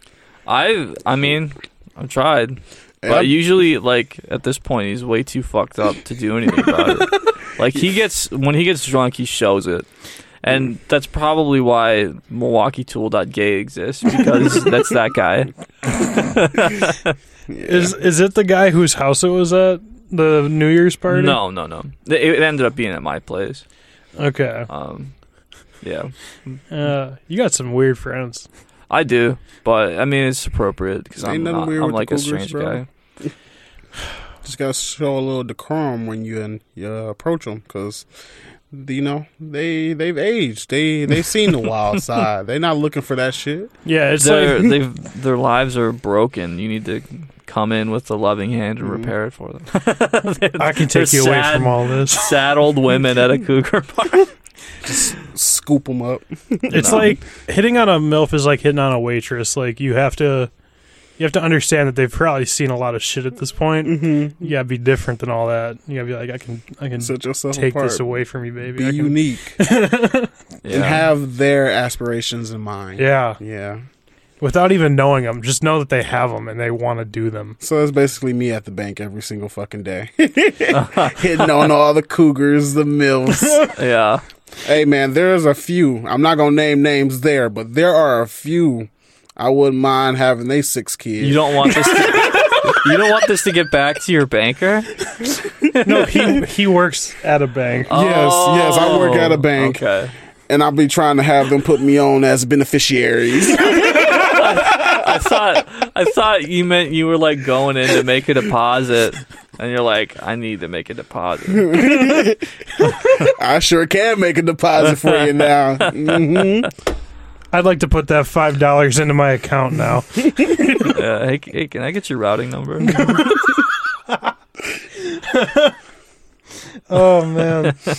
I I mean, I've tried.
Yeah.
But usually, like at this point, he's way too fucked up to do anything about it. Like he gets when he gets drunk, he shows it, and that's probably why MilwaukeeTool.gay exists because that's that guy.
is is it the guy whose house it was at the New Year's party?
No, no, no. It, it ended up being at my place.
Okay.
Um, yeah,
Uh, you got some weird friends.
I do, but I mean it's appropriate because
Ain't
I'm
nothing
not,
weird with
I'm
the
like a
cougars,
strange
bro.
guy.
Just gotta show a little decorum when you and you approach them, cause you know they they've aged. They they seen the wild side. They not looking for that shit.
Yeah, it's
Their
like
they've their lives are broken. You need to come in with a loving hand
Mm-hmm.
and repair it for them.
I can
they're
take you away
sad.
from all this.
sad old women at a cougar bar.
Scoop them up.
It's
No.
like hitting on a milf is like hitting on a waitress. Like you have to, you have to understand that they've probably seen a lot of shit at this point. Mm-hmm. You gotta be different than all that. You gotta be like, I can, I can
Set yourself
take
apart.
this away from you, baby.
Be
I can-
unique and have their aspirations in mind.
Yeah,
Yeah.
without even knowing them, just know that they have them and they want to do them.
So that's basically me at the bank every single fucking day. Hitting on all the cougars, the mills.
yeah.
hey man, there's a few. I'm not gonna name names there, but there are a few I wouldn't mind having they six kids.
You don't want this. To, you don't want this to get back to your banker.
No, he he works at a bank.
Yes, yes, I work at a
Oh,
bank.
Okay.
and I'll be trying to have them put me on as beneficiaries.
I thought I thought you meant you were like going in to make a deposit, and you're like, I need to make a deposit.
I sure can make a deposit for you now. hmm
I'd like to put that five dollars into my account now.
Uh, hey, hey, can I get your routing number?
oh man.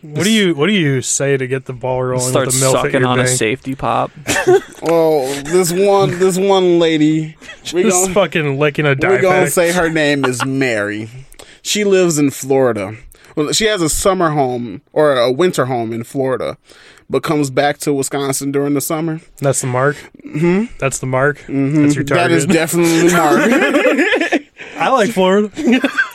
What do you what do you say to get the ball rolling
Start
with the milf at
sucking
your
on
bank?
a safety pop.
Well, this one, this one lady, we
Just
gonna-
fucking licking a
We're
dime.
going to
bag.
say her name is Mary. She lives in Florida. Well, she has a summer home or a winter home in Florida, but comes back to Wisconsin during the summer.
That's the mark. Mm-hmm. That's the mark. That's your target.
That is definitely Mark.
I like Florida.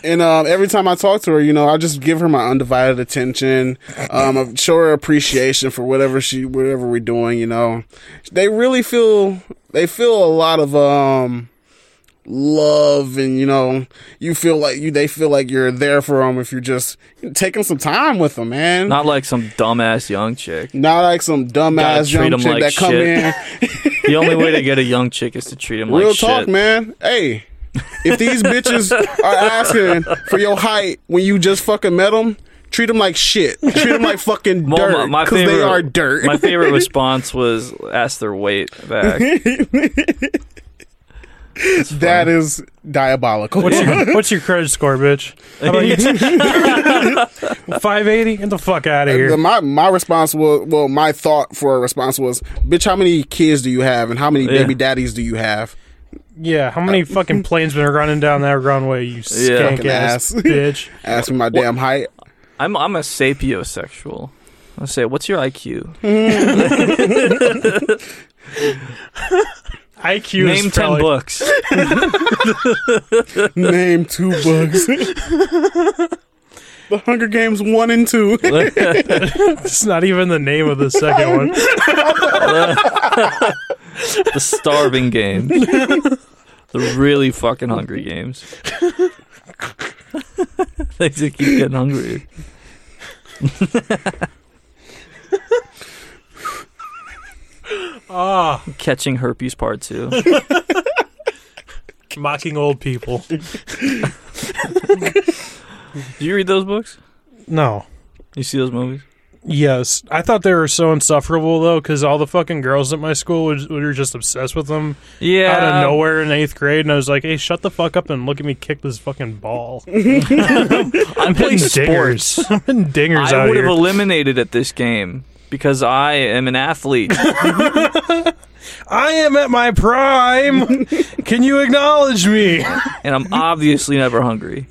and um, every time I talk to her, you know, I just give her my undivided attention, um, I show her appreciation for whatever she, whatever we're doing. You know, they really feel they feel a lot of um love and you know you feel like you they feel like you're there for them if you're just taking some time with them man
Not like some dumbass young chick.
Not like some dumbass
treat
young
'em
chick
like
that come
shit.
in.
The only way to get a young chick is to treat him
Real
like
talk,
shit.
man. Hey, if these bitches are asking for your height when you just fucking met them, Treat them like shit. Treat them like fucking
Well,
dirt
my, my
because
favorite,
they are dirt.
my favorite response was ask their weight back.
that is diabolical.
What's your, what's your credit score, bitch? How about you? Five eighty. Get the fuck out of
The-
here.
my my response was well, my thought for a response was, bitch, how many kids do you have and how many
Yeah.
baby daddies do you have?
Yeah. How many fucking planes been running down that runway? You skank
Fucking
ass
ass.
bitch.
Ask me my damn height.
I'm I'm a sapiosexual. I say, what's your IQ?
IQ
Name
is
ten
probably,
books.
Name two books. the Hunger Games one and two.
It's not even the name of the second one.
the starving game. the really fucking hungry games. they just keep getting hungrier.
Ah,
Catching herpes part two.
mocking old people.
Do you read those books?
No.
You see those movies?
Yes, I thought they were so insufferable though, because all the fucking girls at my school were, were just obsessed with them
Yeah. um,
out of nowhere in eighth grade, and I was like, "Hey, shut the fuck up and look at me kick this fucking ball."
I'm playing sports.
I'm in dingers
I
out
would have
here.
eliminated at this game because I am an athlete.
I am at my prime. Can you acknowledge me?
and I'm obviously never hungry.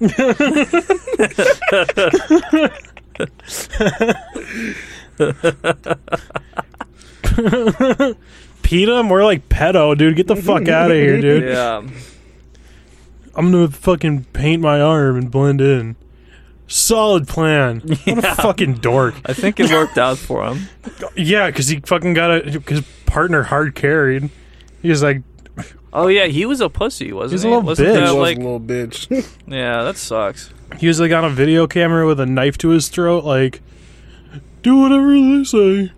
Peta, more like pedo, dude. Get the fuck out of here, dude.
Yeah.
I'm gonna fucking paint my arm and blend in. Solid plan. What a fucking dork.
I think it worked out for him.
Yeah, because he fucking got a his partner hard carried. He was like,
Oh yeah, he was a pussy, wasn't
He's a
he?
little
Wasn't
bitch.
He
that
was
like
a little bitch.
Yeah, that sucks.
He was like on a video camera with a knife to his throat, like, do whatever they say.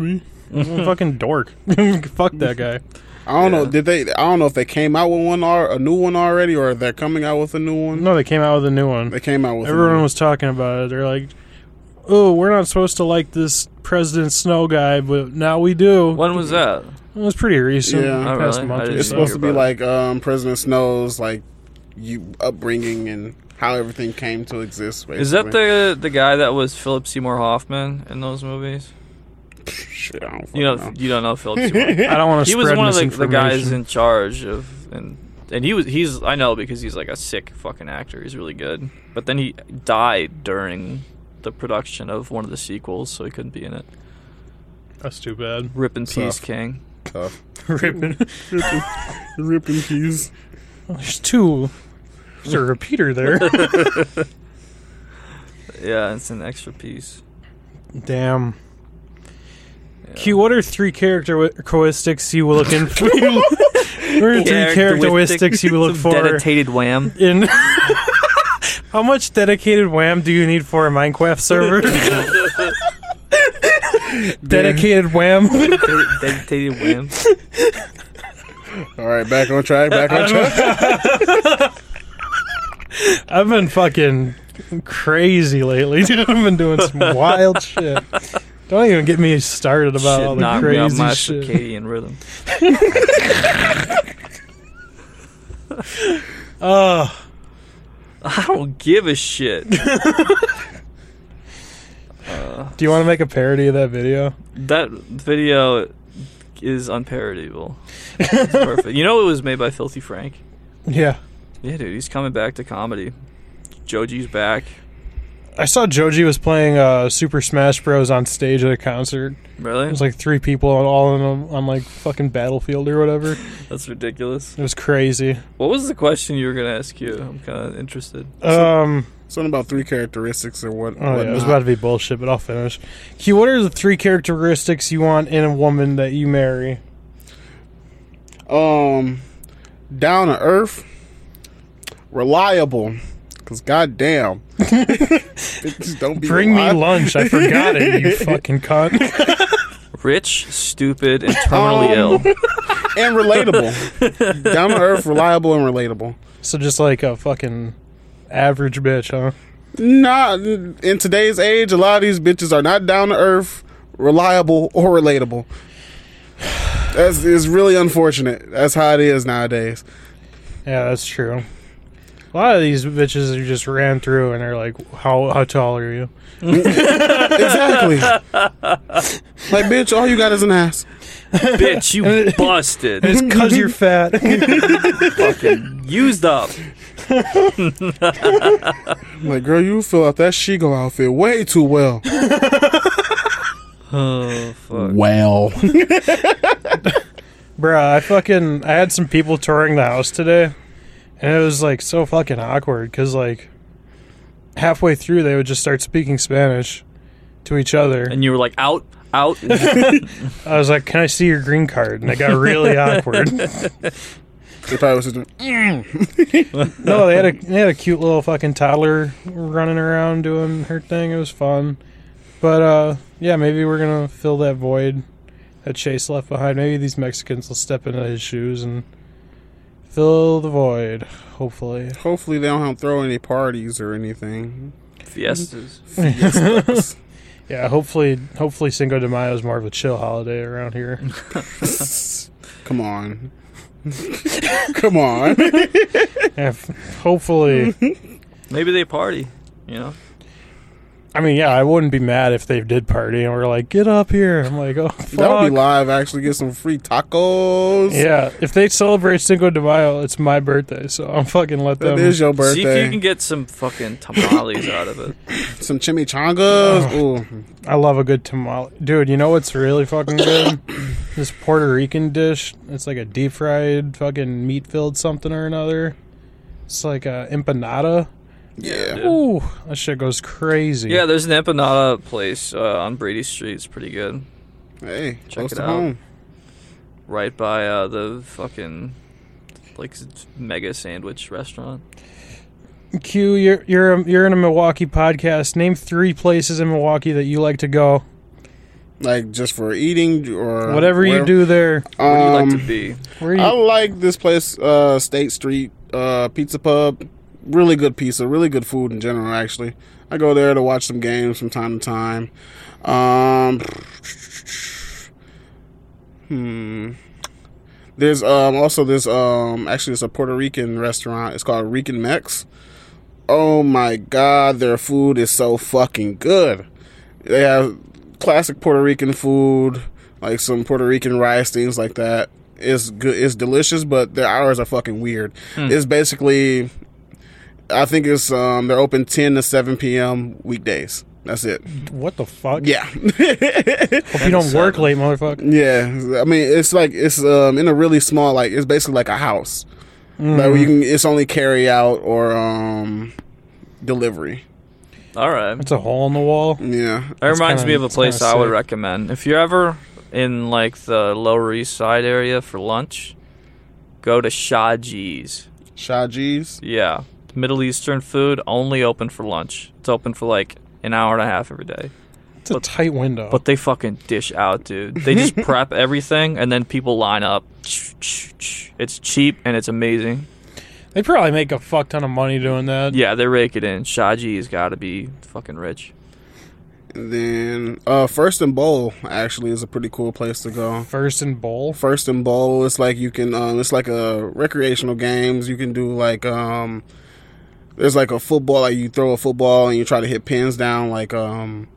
me. fucking dork. Fuck that guy.
I don't know. Did they? I don't know if they came out with one or a new one already, or they're coming out with a new one.
No, they came out with a new one.
They came out with a new
Everyone
one.
was talking about it. They're like, oh, we're not supposed to like this President Snow guy, but now we do.
When was that?
It was pretty recent.
Yeah.
Oh,
past
really?
month
I
or
didn't
It's
so.
know.
supposed to be
about
like um, President Snow's like you upbringing and how everything came to exist. Basically.
Is that the the guy that was Philip Seymour Hoffman in those movies?
Shit, I don't
You know,
fucking
you don't know Philip Seymour.
I don't want to
he was
spread
one of the, the
misinformation.
guys in charge of and and he was he's I know because he's like a sick fucking actor. He's really good. But then he died during the production of one of the sequels, so he couldn't be in it.
That's too bad.
Rip in peace,
Tough.
King.
tough.
Ripping.
Ripping keys.
There's two. There's a repeater there.
Yeah, it's an extra piece.
Damn. Q, what are three characteristics you will look in for? what are three characteristics you look
Some
for
Dedicated wham.
in? How much dedicated wham do you need for a Minecraft server? dedicated wham.
Dedi- dedicated wham.
All right, back on track. Back on track.
I've been fucking crazy lately, dude. I've been doing some wild shit. Don't even get me started about all
Shit,
the
knock me off my
crazy shit.
circadian rhythm.
Ugh.
I don't give a shit.
do you want to make a parody of that video?
That video is unparodable. It's perfect. You know it was made by Filthy Frank?
Yeah.
Yeah, dude, he's coming back to comedy. Joji's back.
I saw Joji was playing uh, Super Smash Bros on stage at a concert.
Really?
It was like three people all in a, on like fucking battlefield or whatever. It
That's ridiculous.
was crazy.
What was the question you were gonna ask you? I'm kind of interested.
Um,
Something about three characteristics or what?
oh yeah, it was
whatnot.
about to be bullshit, but I'll finish. Q, what are the three characteristics you want in a woman that you marry?
um down to earth, reliable. Cause goddamn, Bitches don't be
Bring me
reliable.
lunch. I forgot it. You fucking cunt.
Rich, stupid, and terminally
Um,
ill.
and relatable. down to earth, reliable and relatable.
So just like a fucking average bitch, huh?
Nah, in today's age, a lot of these bitches are not down to earth, reliable, or relatable. That's is really unfortunate. That's how it is nowadays.
Yeah, that's true. A lot of these bitches are just ran through and they're like, "How how tall are you?"
Exactly. like, bitch, all you got is an ass.
Bitch, you busted.
It's because you're fat.
fucking used up.
Like, girl, you fill out that Shigo outfit way too well.
Oh, fuck.
Well.
Bruh, I fucking I had some people touring the house today, and it was like so fucking awkward because like halfway through they would just start speaking Spanish to each other.
And you were like, out, out.
I was like, "Can I see your green card?" And it got really awkward.
If I was just doing,
No, they had a they had a cute little fucking toddler running around doing her thing. It was fun, but uh, yeah, maybe we're gonna fill that void that Chase left behind. Maybe these Mexicans will step into his shoes and fill the void. Hopefully.
hopefully they don't throw any parties or anything.
Fiestas.
Yeah, hopefully, hopefully Cinco de Mayo is more of a chill holiday around here.
Come on. Come on.
Yeah, f- hopefully,
Maybe they party, you know?
I mean, yeah, I wouldn't be mad if they did party and we're like, "Get up here!" I'm like, "Oh, fuck.
That would be live. Actually, get some free tacos.
Yeah, if they celebrate Cinco de Mayo, it's my birthday, so I'm fucking let
That
them.
is your birthday.
See if you can get some fucking tamales out of it.
Some chimichangas.
Oh.
Ooh,
I love a good tamale, dude. You know what's really fucking good? this Puerto Rican dish. It's like a deep fried fucking meat filled something or another. It's like a empanada.
yeah.
Ooh, that shit goes crazy.
Yeah, there's an empanada place uh, on Brady Street. It's pretty good.
Hey, close
it
to
out.
home.
Right by uh, the fucking, like, s- mega sandwich restaurant.
Q, you're you're a, you're in a Milwaukee podcast. Name three places in Milwaukee that you like to go.
Like just for eating
Uh,
or
Whatever you
where-
do there,
Where do you
Um,
like to be?
where you,
I like this place, uh, State Street uh, Pizza Pub. Really good pizza, really good food in general. Actually, I go there to watch some games from time to time. Um, hmm. There's um also this um actually it's a Puerto Rican restaurant. It's called Rican Mex. Oh my god, their food is so fucking good. They have classic Puerto Rican food, like some Puerto Rican rice, things like that. It's good. It's delicious, but their hours are fucking weird. It's basically, I think it's um they're open ten to seven p.m. weekdays. That's it.
what the fuck?
Yeah.
Hope you don't work late, motherfucker.
Yeah, I mean, it's like it's um in a really small like it's basically like a house, like where you can it's only carry out or um delivery.
All right.
It's a hole in the wall.
Yeah,
That reminds
kinda-
me of a
it's kinda
place I would
sick.
recommend. If you're ever in like the Lower East Side area for lunch, go to Shaji's.
Shaji's.
Yeah, Middle Eastern food only open for lunch. It's open for like an hour and a half every day.
It's a tight window.
But they fucking dish out, dude. They just prep everything and then people line up. It's cheap and it's amazing.
They probably make a fuck ton of money doing that.
Yeah, they rake it in. Shaji's got to be fucking rich.
And then uh First and Bowl actually is a pretty cool place to go.
First and bowl.
First and Bowl, it's like you can um it's like a recreational games. You can do like um there's like a football like you throw a football and you try to hit pins down like um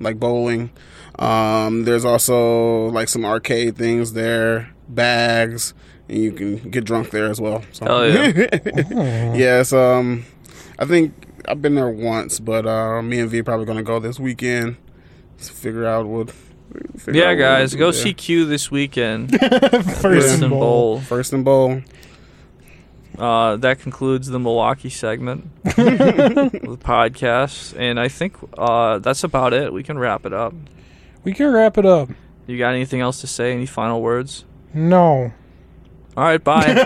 like bowling. Um, there's also like some arcade things there, bags, and you can get drunk there as well. So.
Hell yeah.
yes, um, I think I've been there once, but uh, me and V probably gonna go this weekend to figure out what. figure out
Yeah,
what
guys,
we do
go
there.
see Q this weekend.
First
First and bowl.
First and Bowl.
Uh, that concludes the Milwaukee segment of the podcast. And I think uh, that's about it. We can wrap it up.
We can wrap it up.
You got anything else to say? Any final words?
No.
All right, bye.